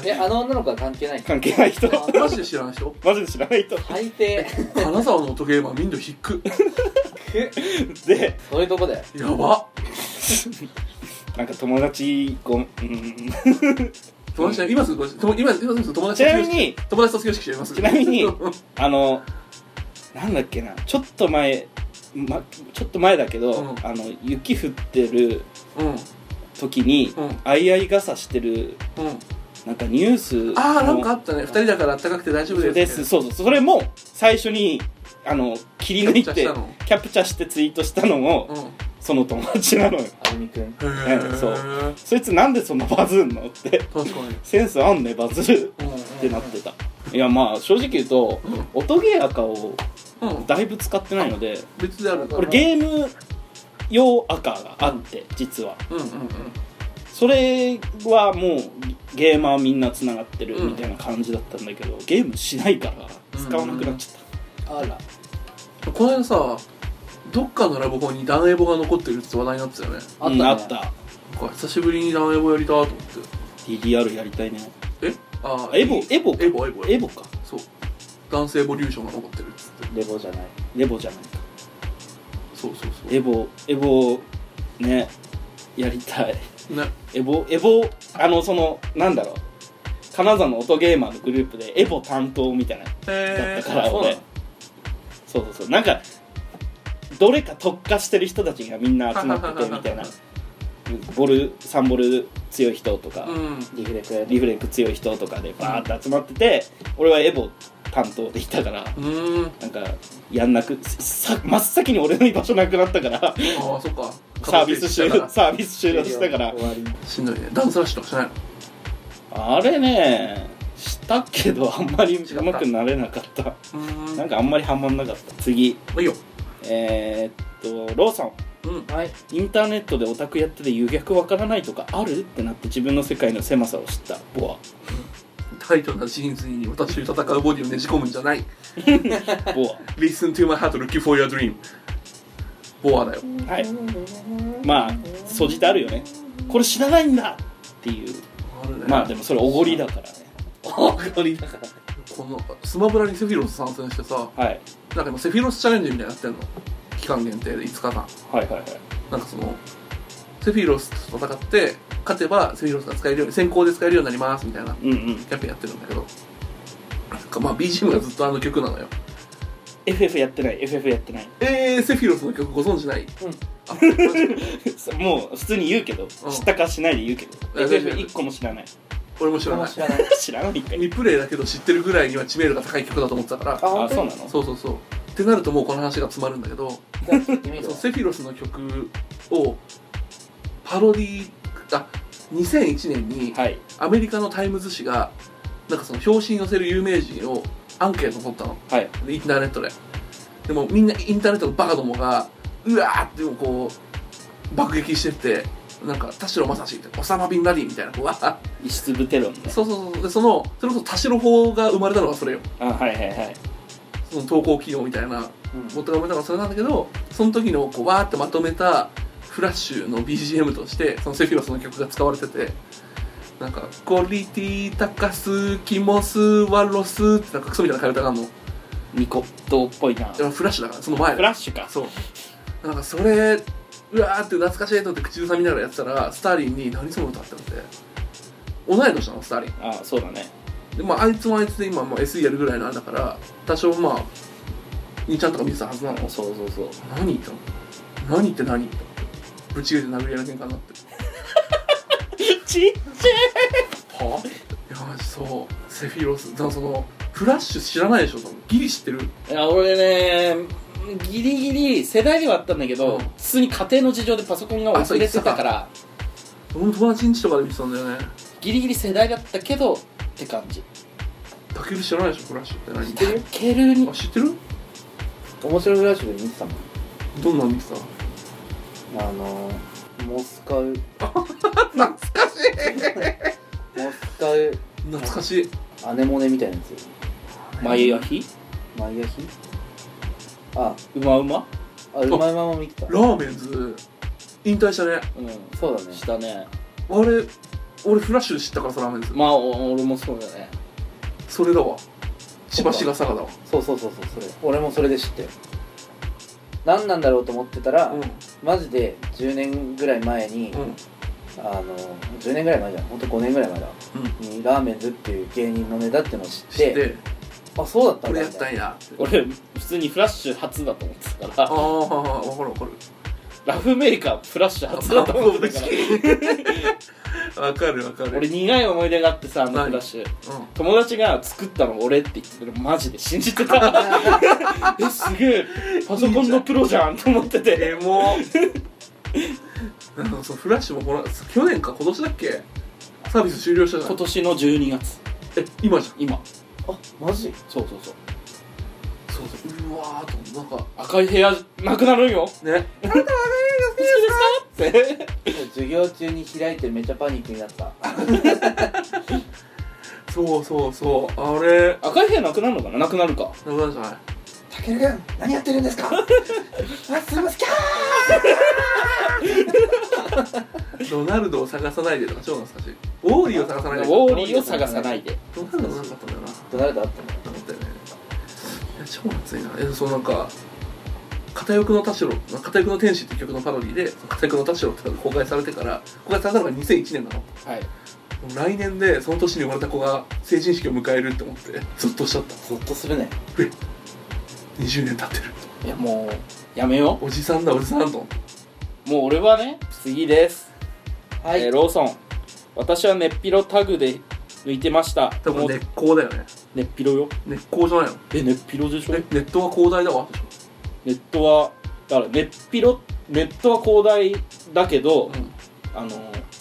Speaker 1: えあの女の子は関係 ない
Speaker 3: 関係ない人
Speaker 1: あ
Speaker 2: マジで知らない人
Speaker 3: マジで知らない人
Speaker 1: 最低
Speaker 2: 金沢の音ゲーマーみんな引く
Speaker 1: く
Speaker 3: で
Speaker 1: そういうとこだよ
Speaker 2: やば
Speaker 3: なんか友達ごめんうん
Speaker 2: 友達だ今すぐ友達友今今すぐ友達
Speaker 3: ち
Speaker 2: 卒
Speaker 3: な
Speaker 2: 業
Speaker 3: み
Speaker 2: 式
Speaker 3: に
Speaker 2: 友達卒業式しちゃいます
Speaker 3: ちなみに
Speaker 2: うんうん
Speaker 3: あのなんだっけなちょっと前、ま、ちょっと前だけど、
Speaker 2: うん
Speaker 3: あの雪降ってる時に、
Speaker 2: うん
Speaker 3: あいあい傘してる
Speaker 2: うん
Speaker 3: なんかニュース
Speaker 2: ああなんかあ
Speaker 3: の
Speaker 2: ったね二人だから暖かくて大丈夫です
Speaker 3: ですそうそうそれも最初にあの切り抜いて
Speaker 2: キ
Speaker 3: キ
Speaker 2: ャプチャーしたの
Speaker 3: ャプチャーしてツイートしたのも、
Speaker 2: うん
Speaker 3: その友達なのよ
Speaker 1: あゆみくん
Speaker 2: へー
Speaker 3: そうそいつなんでそんなバズんのって
Speaker 2: 確かに
Speaker 3: センスあんねバズる
Speaker 2: うんうん
Speaker 3: ってなってたいやまあ正直言うと
Speaker 2: うん
Speaker 3: 音ゲーアカを
Speaker 2: うん
Speaker 3: だいぶ使ってないので
Speaker 2: 別である
Speaker 1: こ
Speaker 2: か
Speaker 3: これゲーム用赤があって実は
Speaker 2: うんうんうん
Speaker 3: それはもうゲーマーみんなつながってるみたいな感じだったんだけど、ゲームしないから使わなくなっちゃった、
Speaker 1: あら
Speaker 2: この間さどっかのラブホにダンエボが残ってるって話題になってたよね
Speaker 1: あった
Speaker 3: うん
Speaker 1: ね
Speaker 3: あった
Speaker 2: なんか久しぶりにダンエボやりたーと思って
Speaker 3: DDR やりたいね
Speaker 2: えあー
Speaker 3: エボエボか
Speaker 2: エボエボ
Speaker 3: エボか
Speaker 2: そう男性エボリューションが残ってるっつって
Speaker 1: レボじゃない
Speaker 3: エボじゃないか
Speaker 2: そうそうそう
Speaker 3: エボエボねやりたい
Speaker 2: ね
Speaker 3: エボエボあのそのなんだろう金沢の音ゲーマーのグループでエボ担当みたいなだ
Speaker 2: え
Speaker 3: ったか
Speaker 1: そ
Speaker 3: ら
Speaker 1: うな
Speaker 3: 俺
Speaker 1: の
Speaker 3: そうそうそうなんかどれか特化してる人たちがみんな集まっててみたいなボルサンボル強い人とか、
Speaker 2: うん
Speaker 1: リフレク
Speaker 3: リフレック強い人とかでバーって集まってて、俺はエボ担当でいたから
Speaker 2: うーん
Speaker 3: なんかやんなくさ真っ先に俺の居場所なくなっ たから
Speaker 2: ああそっか
Speaker 3: サービス終
Speaker 2: 片手にしたか
Speaker 3: サービス終了したから
Speaker 1: 終わり
Speaker 2: らしんどいねダンスラッシュとかしないの
Speaker 3: あれねしたけどあんまり
Speaker 2: 違った
Speaker 3: うまくなれなかった
Speaker 2: うーん
Speaker 3: なんかあんまりハマんなかった次
Speaker 2: いいよ
Speaker 3: えー、っとローソン
Speaker 2: うん
Speaker 1: はい
Speaker 3: インターネットでオタクやってて誘逆わからないとかあるってなって自分の世界の狭さを知ったボア
Speaker 2: タイトなジーンズに私と戦うボディをねじ込むんじゃない
Speaker 3: ボ
Speaker 2: Listen to my heart looking for your dream ボアだよ
Speaker 3: アはいまあそじてあるよねこれ知らないんだっていう
Speaker 2: あるね
Speaker 3: まあでもそれおごりだからね
Speaker 1: 大りだから
Speaker 2: このスマブラにセフィロス参戦してさ
Speaker 3: はい
Speaker 2: なんか今セフィロスチャレンジみたいなのやってんの期間限定で5日間
Speaker 3: はいはいはい
Speaker 2: なんかそのセフィロスと戦って勝てばセフィロスが使えるように先行で使えるようになりますみたいな
Speaker 3: うんうん
Speaker 2: キャンペーンやってるんだけどなんかまあ BGM がずっとあの曲なのよ
Speaker 3: FF やってない FF やってない
Speaker 2: えー、セフィロスの曲ご存知ない
Speaker 1: うん
Speaker 2: あマジか
Speaker 3: もう普通に言うけど、
Speaker 2: うん
Speaker 3: 知ったかしないで言うけど
Speaker 2: 大丈夫
Speaker 3: FF1 個も知らない
Speaker 2: 俺も知ら
Speaker 1: 僕
Speaker 2: な
Speaker 1: も
Speaker 2: い
Speaker 1: 知らない
Speaker 3: 知らないかい
Speaker 2: 未プレイだけど知ってるぐらいには知名度が高い曲だと思ってたから
Speaker 1: あ
Speaker 3: あ
Speaker 1: 本当
Speaker 3: そう
Speaker 1: に
Speaker 3: なの
Speaker 2: そうそうそうってなるともうこの話が詰まるんだけど
Speaker 1: じゃあ聞いてみる
Speaker 2: そ
Speaker 1: わ
Speaker 2: のセフィロスの曲をパロディあ2001年に
Speaker 3: はい
Speaker 2: アメリカのタイムズ紙がなんかその表紙に載せる有名人をアンケート取ったの
Speaker 3: はい
Speaker 2: でインターネットででもみんなインターネットのバカどもがうわーってこう爆撃してってなんか田代正史ってオサマ・ビンラディンみたいなこうわー
Speaker 3: 石粒テロンね
Speaker 2: そうそうそうでそのそれこそ田代法が生まれたのがそれよ
Speaker 3: あはいはいはい
Speaker 2: その投稿機能みたいな
Speaker 1: うん
Speaker 2: 元が生まれたのがそれなんだけどその時のこうわーってまとめたフラッシュの BGM としてそのセフィロスの曲が使われててなんか「クオリティ高すキモスワロス」ってなんかクソみたいな替え歌があるの
Speaker 3: ニコ動っぽいな
Speaker 2: でもフラッシュだからその前だ
Speaker 3: フラッシュか
Speaker 2: そうなんかそれうわーって懐かしいと思って口ずさみながらやってたらスターリンに「何その歌」ってなって同い年なのスターリン
Speaker 3: あそうだね
Speaker 2: でまああいつもあいつで今もう SE やるぐらいなんだから多少まあ兄ちゃんとか見てたはずなの
Speaker 3: そうそうそう
Speaker 2: 何と何って何とぶち切れて殴り合いの喧嘩になって
Speaker 3: ちっ
Speaker 2: はあいやそうセフィロスだからそのフラッシュ知らないでしょ多分ギリ知ってる
Speaker 3: いや俺ねギリギリ世代ではあったんだけど、
Speaker 2: うん
Speaker 3: 普通に家庭の事情でパソコンが遅れてたから
Speaker 2: 俺も友達ん家とかで見てたんだよね
Speaker 3: ギリギリ世代だったけどって感じ
Speaker 2: タケル知らないでしょフラッシュって何
Speaker 3: タケルに
Speaker 2: あ知ってる
Speaker 1: 面白いフラッシュで見てたもん
Speaker 2: どんなの見てた
Speaker 1: あのモスカウ
Speaker 2: 懐かし
Speaker 1: モスカウ
Speaker 2: い懐かしい
Speaker 1: アネモネみたいなやつ
Speaker 3: 眉やひ
Speaker 1: マイヤヒあ
Speaker 3: うまうま
Speaker 1: あうまいまま見てた
Speaker 2: ラーメンズ引退したね
Speaker 3: う
Speaker 1: そうだね
Speaker 3: んしたね
Speaker 2: あれ俺フラッシュで知ったからさラーメンズ
Speaker 3: まあお俺もそうだね
Speaker 2: それだわ千葉市が佐賀だわ
Speaker 1: そうそうそうそうそれ俺もそれで知って何なんだろうと思ってたら、
Speaker 2: うん
Speaker 1: マジで10年ぐらい前に、
Speaker 2: うん
Speaker 1: あの10年ぐらい前じゃんほんと5年ぐらい前だにラーメンズっていう芸人のネタっていうのを知っ
Speaker 2: 知
Speaker 1: て
Speaker 2: って
Speaker 1: あそうだった
Speaker 2: こ
Speaker 1: ん
Speaker 2: れ
Speaker 1: だ
Speaker 2: やったんやって
Speaker 3: 俺普通にフラッシュ初だと思ってたか
Speaker 2: あ
Speaker 3: ら
Speaker 2: あ分かる分かる
Speaker 3: ラフメーカーフラッシュ初だと思ってたから
Speaker 2: わかるわかる
Speaker 3: 俺苦い思い出があってさあの
Speaker 2: 何
Speaker 3: フラッシュ
Speaker 2: うん
Speaker 3: 友達が作ったの俺って言ってたけどマジで信じてた えすげえパソコンのプロじゃんと思って
Speaker 2: エ
Speaker 3: て
Speaker 2: モ あのそうフラッシュもこの去年か今年だっけサービス終了したじゃ
Speaker 3: 今
Speaker 2: ん
Speaker 3: 年の12月
Speaker 2: え今じゃん
Speaker 3: 今
Speaker 1: あマジ
Speaker 3: そうそうそう
Speaker 2: そうそううわーとなんか
Speaker 3: 赤い部屋なくなるんよ
Speaker 2: ね
Speaker 3: 好きですかって
Speaker 1: 授業中に開いてめっちゃパニックになった
Speaker 2: そうそうそうあれ
Speaker 3: 赤い部屋なくなるのかななくなるか
Speaker 2: なくなるじゃない
Speaker 1: たけるくん何やってるん ですかあすいませんキャ
Speaker 2: ロナルドを探さないでとか超懐かしいウォーリーを探さ
Speaker 3: ウ
Speaker 2: ない
Speaker 3: ォ
Speaker 2: で
Speaker 3: ーリーを探さないで
Speaker 2: ロナルドなかったんだよな
Speaker 1: ーとなるとあったの
Speaker 2: なかったよねいや超熱いなえそうなんか片翼の田代片翼の天使って曲のパロディで片翼の田代ってのが公開されてから公開されたのが2001年なの
Speaker 3: はい
Speaker 2: 来年でその年に生まれた子が成人式を迎えるって思ってゾッとしちゃった
Speaker 1: ゾッとするね
Speaker 2: 20年経ってる
Speaker 3: いやもうやめよ
Speaker 2: おじさんだおじさんと思って
Speaker 3: うもう俺はね次です
Speaker 1: はい、
Speaker 3: えーローソン私はネッピロタグで抜いてました
Speaker 2: 多分
Speaker 3: もう
Speaker 2: 根っこだよね
Speaker 3: ネッピロよ
Speaker 2: 根っこじゃないの
Speaker 3: えネッピロでしょ
Speaker 2: えネットは広大だわでし
Speaker 3: ネットはだからネッピロネットは広大だけど、
Speaker 2: ょうん
Speaker 3: あの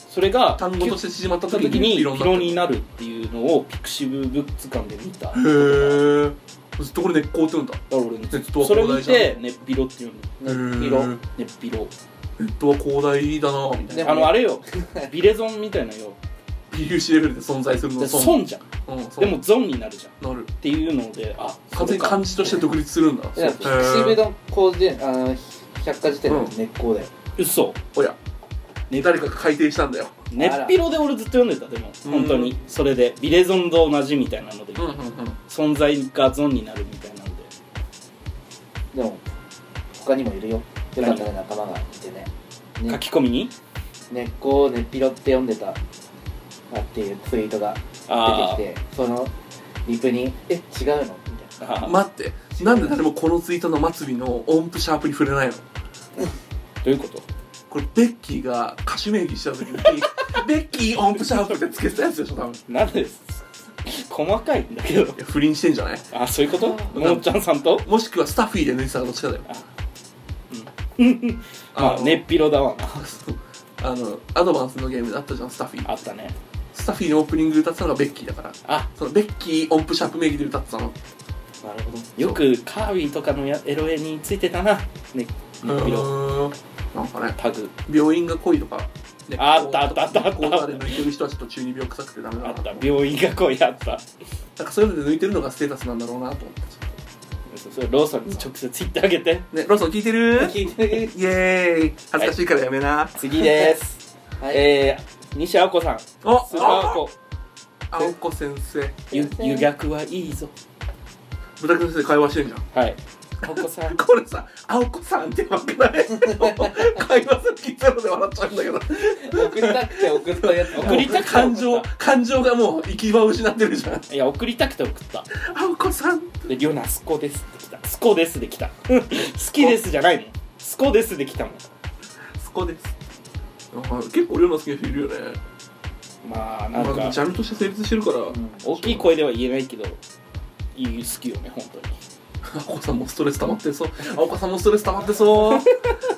Speaker 3: それが
Speaker 2: 単語として縮まった
Speaker 3: た
Speaker 2: 時
Speaker 3: 時に
Speaker 2: に
Speaker 3: ピロに
Speaker 2: な
Speaker 3: なるっていうのをピクシブ物館で見ただか
Speaker 2: へーずっとこれ根っこって言うんだ
Speaker 3: ら俺
Speaker 2: ネットは
Speaker 3: それ見
Speaker 2: 広大じ
Speaker 3: てネッピロっていうの
Speaker 2: へー
Speaker 1: ピロ
Speaker 2: ネ
Speaker 3: ネッピロ
Speaker 2: ットは広大だなみたい
Speaker 1: で
Speaker 2: な
Speaker 1: も
Speaker 3: あのあ れよビレゾンみたいなよ
Speaker 2: PUC レベルで存在するの
Speaker 3: ソ
Speaker 2: 損
Speaker 3: ンじゃん
Speaker 2: うん損
Speaker 3: でもゾンになるじゃんっ
Speaker 2: なる
Speaker 3: ていうのであ
Speaker 2: 完全に漢字として独立するんだ
Speaker 1: いや
Speaker 2: へ
Speaker 1: ピク
Speaker 2: ー
Speaker 1: シブの工事あの百科事典の
Speaker 2: うん
Speaker 1: 根っこだよ、
Speaker 3: 嘘
Speaker 2: おや
Speaker 3: ね
Speaker 2: 誰かが改定したんだよ
Speaker 3: ネッピロで俺ずっと読んでたでも
Speaker 2: うん
Speaker 3: 本当にそれでビレゾンと同じみたいなので
Speaker 2: うんうんうん
Speaker 3: 存在がゾンになるみたいなんで
Speaker 4: でも他にもいるよよかったね仲間がいてね
Speaker 3: 書
Speaker 4: ね
Speaker 3: き込みに
Speaker 4: 根っこを根っぴろって読んでたなっていうツイートが
Speaker 3: あ
Speaker 4: 出てきてそのリプに「え違うの?」みたい
Speaker 3: あああ
Speaker 2: 待ってなんで誰もこのツイートの末尾の音符シャープに触れないの
Speaker 3: どういうこと
Speaker 2: これベッキーが歌手名義した時にベッキー音符シャープってつけてたやつでしょ多分い
Speaker 3: なんでです細かいんだけど
Speaker 2: や不倫してんじゃない
Speaker 3: あそういうこと
Speaker 4: う
Speaker 3: もっちゃんさんと
Speaker 2: もしくはスタッフィーで抜いてたかどっちかだよ
Speaker 3: まあ
Speaker 2: の
Speaker 3: ねっぴろだわな
Speaker 2: そうあのアドバンスのゲームであったじゃんスタッフィー
Speaker 3: あったね
Speaker 2: スタッフィーのオープニング歌ってたのがベッキーだから
Speaker 3: あ
Speaker 2: そのベッキー音符シャープ名義で歌ってたの
Speaker 3: なるほどよくカービィとかのやエロ絵についてたなねねっぴろ
Speaker 2: うーんなんかね
Speaker 3: タグ
Speaker 2: 病院が濃いとか、ね
Speaker 3: あったあったあったあった
Speaker 2: こうこうさで抜いてる人はちょっと中二病臭くてダメだ
Speaker 3: あ
Speaker 2: な
Speaker 3: った
Speaker 2: と
Speaker 3: 病院がこうやった
Speaker 2: なんかそういうので抜いてるのがステータスなんだろうなと思って
Speaker 3: そそれローソンに直接行ってあげて
Speaker 2: ねローソン聞いてる
Speaker 4: な聞いてる
Speaker 2: イエーイ恥ずかしいからやめな、
Speaker 3: 次です、
Speaker 4: はい
Speaker 3: えー、西あこさんス
Speaker 2: お
Speaker 3: ーパーあこ
Speaker 2: あ青子先生
Speaker 3: ゆ湯逆はいいぞ
Speaker 2: ブタク先生会話してんじゃん
Speaker 3: はいあこさん
Speaker 2: これさ青子さんってわけない会話する聞いたので笑っちゃうんだけど
Speaker 4: 送りたくて送ったやつ
Speaker 3: 送りたくて
Speaker 2: 感情感情がもう行き場を失ってるじゃん
Speaker 3: いや送りたくて送った
Speaker 2: 青子さん
Speaker 3: で「りょなすこです」ってきた「すこです」できた 好きですじゃないの「すこです」できたもん
Speaker 2: そこですあ結構量の好きな人いるよね
Speaker 3: まあな
Speaker 2: ま
Speaker 3: ん
Speaker 2: あ、ジ
Speaker 3: か
Speaker 2: ャンルとして成立してるから、
Speaker 3: 大きい声では言えないけどいい好きよね本当に
Speaker 2: 青子さんもストレス溜まってそう青子さんもストレス溜まってそう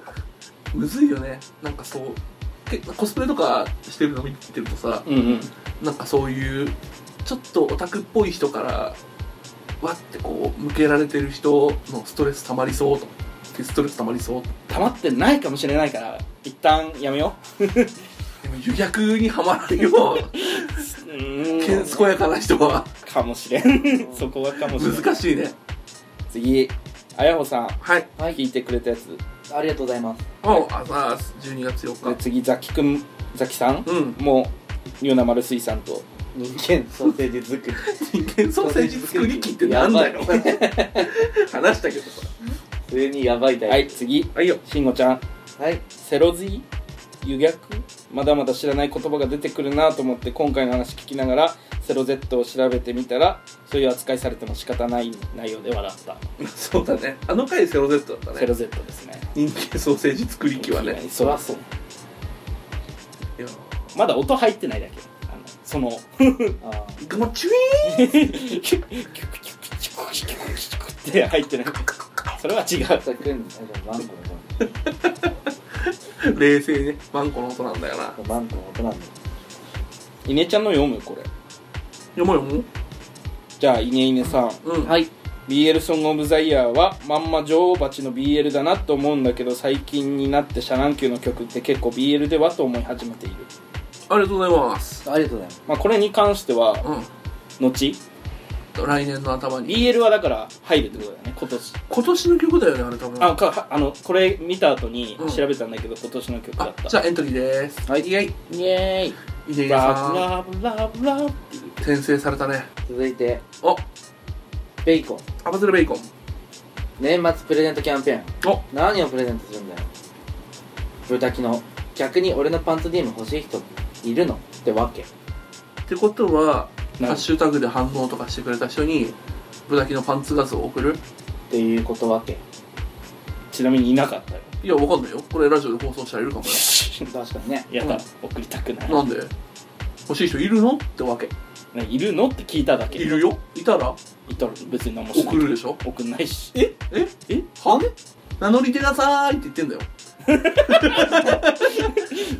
Speaker 2: むずいよねなんかそうけコスプレとかしてるの見てるとさ
Speaker 3: うんうん
Speaker 2: なんかそういうちょっとオタクっぽい人からわってこう向けられてる人のストレス溜まりそうとでストレス溜まりそうと
Speaker 3: 溜まってないかもしれないから一旦やめよ
Speaker 2: でも誘逆にはまらんよ
Speaker 3: ううーん
Speaker 2: 健やかな人は
Speaker 3: かもしれんそこはかもしれん
Speaker 2: 難しいね
Speaker 3: 次あやほさん
Speaker 2: はい
Speaker 4: はい
Speaker 3: 聞いてくれたやつ
Speaker 4: ありがとうございます
Speaker 2: もうあざーす12月
Speaker 3: で
Speaker 2: 4日
Speaker 3: 次ザキくんザキさん
Speaker 2: うん
Speaker 3: もうヨナマル水産と
Speaker 4: 人間ソーセージ作り
Speaker 2: 人間ソーセージ作り機ってなんだ よ
Speaker 4: やばい
Speaker 2: 話したけどさ
Speaker 4: 普通にやばいタ
Speaker 3: は
Speaker 4: イ
Speaker 3: い次
Speaker 2: はいよ
Speaker 3: しんごちゃん
Speaker 4: プはい
Speaker 3: セロズイ油逆まだまだ知らない言葉が出てくるなと思って今回の話聞きながらセロゼットを調べてみたらそういう扱いされても仕方ない内容で笑った
Speaker 2: そうだねあの回セロゼットだった
Speaker 3: セ
Speaker 2: ね
Speaker 3: ロゼットですね
Speaker 2: 人間ソーセージ作り機はね
Speaker 3: そらそう
Speaker 2: いや
Speaker 3: まだ音入ってないだけあのその
Speaker 4: あー
Speaker 2: ーもうチュイ
Speaker 3: キュッキュッキュッキュッキュッキュッキュッキュッキュッキュッって入ってないそれは違う
Speaker 4: さくんあでもマンコの
Speaker 2: ーン冷静にねマンコの音なんだよな
Speaker 4: 音マンコの音なんだ
Speaker 3: 稲ちゃんの読むこれ
Speaker 2: 読もう読も
Speaker 3: じゃあ稲稲さん
Speaker 2: ううん
Speaker 4: はい。
Speaker 3: BL ソング・オブ・ザ・イヤーはまんま女王蜂の BL だなと思うんだけど最近になってシャランキューの曲って結構 BL ではと思い始めている、
Speaker 2: ありがとうございます
Speaker 4: ありがとうございます。
Speaker 3: まあ、これに関しては
Speaker 2: う
Speaker 3: 後
Speaker 2: ん来年の頭に
Speaker 3: BL はだから入るってことだよね今年
Speaker 2: 今年の曲だよねあれ多分
Speaker 3: あかはあのこれ見た後に
Speaker 2: うん
Speaker 3: 調べたんだけど、今年の曲だ
Speaker 2: あ
Speaker 3: った
Speaker 2: じゃあエントリーですはいイエイ
Speaker 1: イエーイ
Speaker 2: イネイネさ
Speaker 3: ラブラブラブラブっていうん
Speaker 2: 転生されたね
Speaker 4: 続いて、
Speaker 2: お
Speaker 4: ベーコン。
Speaker 2: アバズルベーコン
Speaker 4: 年末プレゼントキャンペーン。
Speaker 2: お
Speaker 4: 何をプレゼントするんだよ。豚キの。逆に俺のパンツ DM 欲しい人いるのってわけ。
Speaker 2: ってことは
Speaker 3: な
Speaker 2: ハッシュタグで反応とかしてくれた人にブダキのパンツ画像を送る
Speaker 4: っていうことわけ。
Speaker 3: ちなみにいなかったよ
Speaker 2: いやわかんないよこれラジオで放送したらいるかもよ
Speaker 4: 確かにね。
Speaker 3: やだ、
Speaker 2: うん
Speaker 3: 送りたくない、
Speaker 2: なんで欲しい人いるのってわけ
Speaker 3: ねいるのって聞いただけ
Speaker 2: いるよいたら
Speaker 3: いたら別に何もしない
Speaker 2: 送るでしょ
Speaker 3: 送んないし
Speaker 2: ええ
Speaker 3: え
Speaker 2: は名乗り出なさーいって言ってんだよ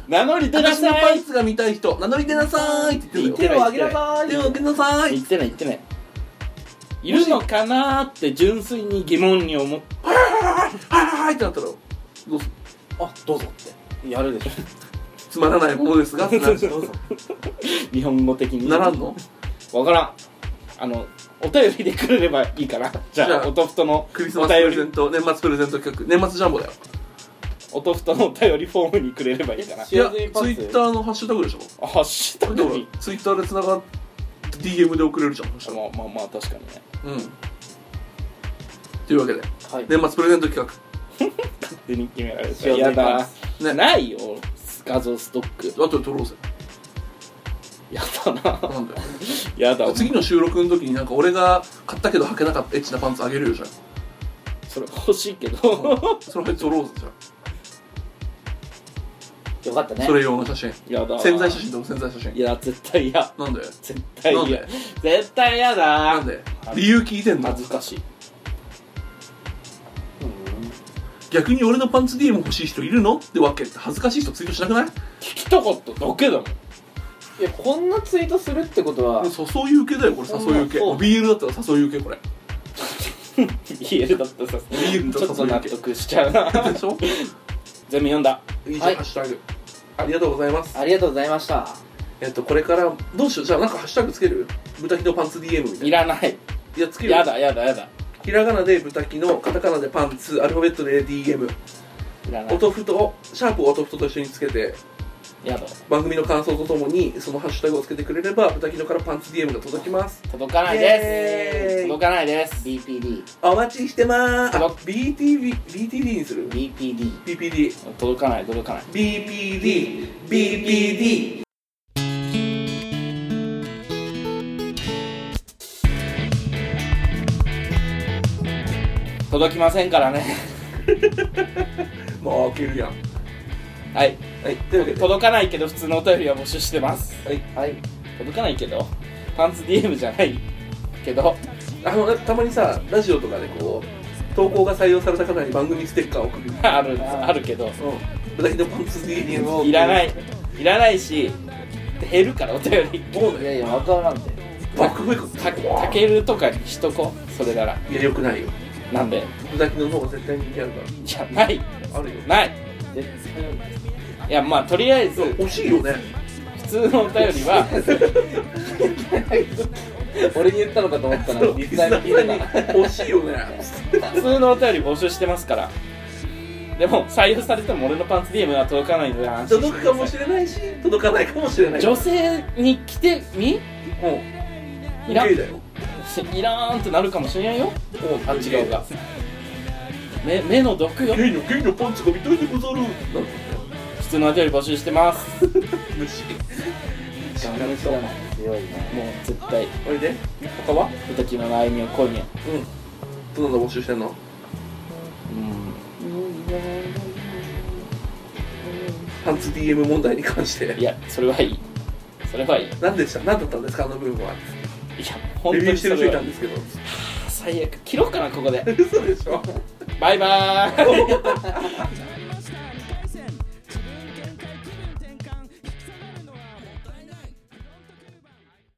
Speaker 3: 名乗り出な
Speaker 2: 私の
Speaker 3: さ
Speaker 2: パ
Speaker 3: い
Speaker 2: ンツが見たい人名乗り出なさーいって言ってん
Speaker 3: 手
Speaker 2: だよ
Speaker 3: を挙げな
Speaker 4: さ
Speaker 2: 手を挙げなさー
Speaker 3: 言
Speaker 2: い
Speaker 3: ってない言ってないいるのかなーって純粋に疑問に思っ
Speaker 2: はいはいはいってなったらどうす
Speaker 4: あ、どうぞって。やる でしょ。
Speaker 2: つまらないものですがってなるでしょ
Speaker 3: 日本語的に
Speaker 2: ならんの
Speaker 3: わからんあのお便りでくれればいいかなじゃあ
Speaker 2: じゃあ
Speaker 3: おとふとの
Speaker 2: クリス
Speaker 3: お
Speaker 2: マスプレゼ
Speaker 3: 便
Speaker 2: ン
Speaker 3: り
Speaker 2: ト年末プレゼント企画年末ジャンボだよ
Speaker 3: おとふとのお便りフォームにくれ ればいいかな
Speaker 4: 知
Speaker 2: いや
Speaker 4: ら
Speaker 2: ツ
Speaker 4: ず
Speaker 2: イ
Speaker 4: にパンツ
Speaker 2: ッターのハッシュタグでしょ
Speaker 3: あハッシュタ
Speaker 2: で
Speaker 3: グ
Speaker 2: も
Speaker 3: に
Speaker 2: ツイッターでつながっ DM で送れるじゃんそしたら
Speaker 3: まあまあまあ確かにね
Speaker 2: うんというわけで
Speaker 1: はい
Speaker 2: 年末プレゼント企
Speaker 3: 勝手に決められた
Speaker 1: 塩
Speaker 3: や
Speaker 1: で
Speaker 3: だ
Speaker 1: す
Speaker 2: ね
Speaker 3: ないよ画像ストック
Speaker 2: 画あとで撮ろうぜ
Speaker 3: やだな
Speaker 2: なんだよ
Speaker 3: やだ
Speaker 2: 次の収録の時になんか俺が買ったけど履けなかったエッチなパンツあげるよじゃん
Speaker 3: それ欲しいけど
Speaker 2: それ撮ろうぜじゃ
Speaker 1: よかった
Speaker 2: あ
Speaker 1: ね
Speaker 2: それ用の写真
Speaker 3: やだ
Speaker 2: 潜在写真だも潜在写
Speaker 3: い
Speaker 2: 真
Speaker 3: や絶対嫌
Speaker 2: なんで
Speaker 3: 絶対
Speaker 2: なん
Speaker 3: 嫌
Speaker 2: で
Speaker 3: 絶対嫌だ
Speaker 2: なんで理由聞いてんの
Speaker 3: 恥ずかしい
Speaker 2: 逆に俺のパンツ DM 欲しい人いるのってわけって恥ずかしい人ツイートしなくない
Speaker 3: 聞きたかっただけだもん
Speaker 1: いやこんなツイートするってことは
Speaker 2: 誘い受けだよこれ誘い受け
Speaker 1: そう
Speaker 2: BL だったら誘い受けこれ
Speaker 3: BL だったらさ
Speaker 2: ールだ
Speaker 3: ち
Speaker 2: と
Speaker 3: ょっと納得しちゃうな
Speaker 2: でしょ
Speaker 3: 全部読んだ
Speaker 2: 以上、
Speaker 1: はい
Speaker 2: ハッシュタグありがとうございます
Speaker 1: ありがとうございました
Speaker 2: えっとこれからどうしようじゃあなんかハッシュタグつける豚キのパンツ DM みたいな
Speaker 3: い
Speaker 2: い
Speaker 3: らない
Speaker 2: いやつける
Speaker 3: やだやだやだ
Speaker 2: ひらがなで豚キのカタカナでパンツアルファベットで DM
Speaker 3: いらな
Speaker 2: お
Speaker 3: い
Speaker 2: とふとシャープおとふとと一緒につけて
Speaker 3: やだ
Speaker 2: 番組の感想とともにそのハッシュタグをつけてくれれば豚キのからパンツ DM が届きます
Speaker 3: 届かない
Speaker 2: イエー
Speaker 3: で
Speaker 2: イ
Speaker 3: す届かないです
Speaker 1: BPD
Speaker 2: お待ちしてまーすあ
Speaker 3: 届
Speaker 2: BTV BTD にする
Speaker 1: BPD
Speaker 2: BPD
Speaker 3: 届かない届かない
Speaker 2: BPD BPD
Speaker 3: 届きませんか らね
Speaker 2: もう開けるやん
Speaker 3: はい
Speaker 2: はいというわけで
Speaker 3: 届かないけど普通のお便りは募集してます
Speaker 1: はい
Speaker 3: 届かないけどパンツ DM じゃないけど
Speaker 2: あのたまにさラジオとかでこう投稿が採用された方に番組ステッカーを送る
Speaker 3: あるあるけど
Speaker 2: うん豚ひのパンツ DM を
Speaker 3: いらないいらないし減るからお便り
Speaker 2: もう
Speaker 1: い
Speaker 2: ね
Speaker 1: やいやわからんで
Speaker 2: バックブイコ
Speaker 3: たたけるとかにしとこそれなら
Speaker 2: いやよくないよ
Speaker 3: なんで
Speaker 2: 豚ひの方が絶対人気あるか
Speaker 3: じゃない
Speaker 2: らあるよ
Speaker 3: ない
Speaker 1: 絶
Speaker 3: いやまあとりあえず
Speaker 2: 欲しいよね
Speaker 3: 普通のお便 りは
Speaker 1: 対俺に言ったのかと思ったら
Speaker 2: リ
Speaker 1: 実
Speaker 2: スナ
Speaker 1: 際に聞い
Speaker 2: ー
Speaker 1: て
Speaker 2: さんに欲しいよね
Speaker 3: 普通のお便り募集してますからでも採用されても俺のパンツ DM は届かないので安心して
Speaker 2: 届く
Speaker 3: く
Speaker 2: か
Speaker 3: ださ
Speaker 2: も
Speaker 3: い
Speaker 2: しれないし届かないかもしれない
Speaker 3: 女性に来てみ
Speaker 2: もう
Speaker 3: いらん
Speaker 2: OK だよ
Speaker 3: いらーんってなるかもしれんよ
Speaker 2: もう
Speaker 3: あっち側が目目の毒よ
Speaker 2: ゲイのゲイのパンツが見たいでござ るなる
Speaker 3: 普通のお便り募集してます
Speaker 2: 虫
Speaker 1: たダメだな強いね
Speaker 3: もう絶対
Speaker 2: これで
Speaker 3: 他は歌木の悩みを今夜
Speaker 2: どんなの募集してんのパンツ DM 問題に関して
Speaker 3: いやそれはいいそれはいいいや
Speaker 2: 何でした何だったんですかあの部分は
Speaker 3: 本
Speaker 2: レ
Speaker 3: 当
Speaker 2: ビュー
Speaker 3: に
Speaker 2: し
Speaker 3: そ
Speaker 2: てる人
Speaker 3: れ
Speaker 2: いた
Speaker 3: は
Speaker 2: んですけど
Speaker 3: 最悪切ろうかなここで
Speaker 2: 嘘でしょ
Speaker 3: バイバーイ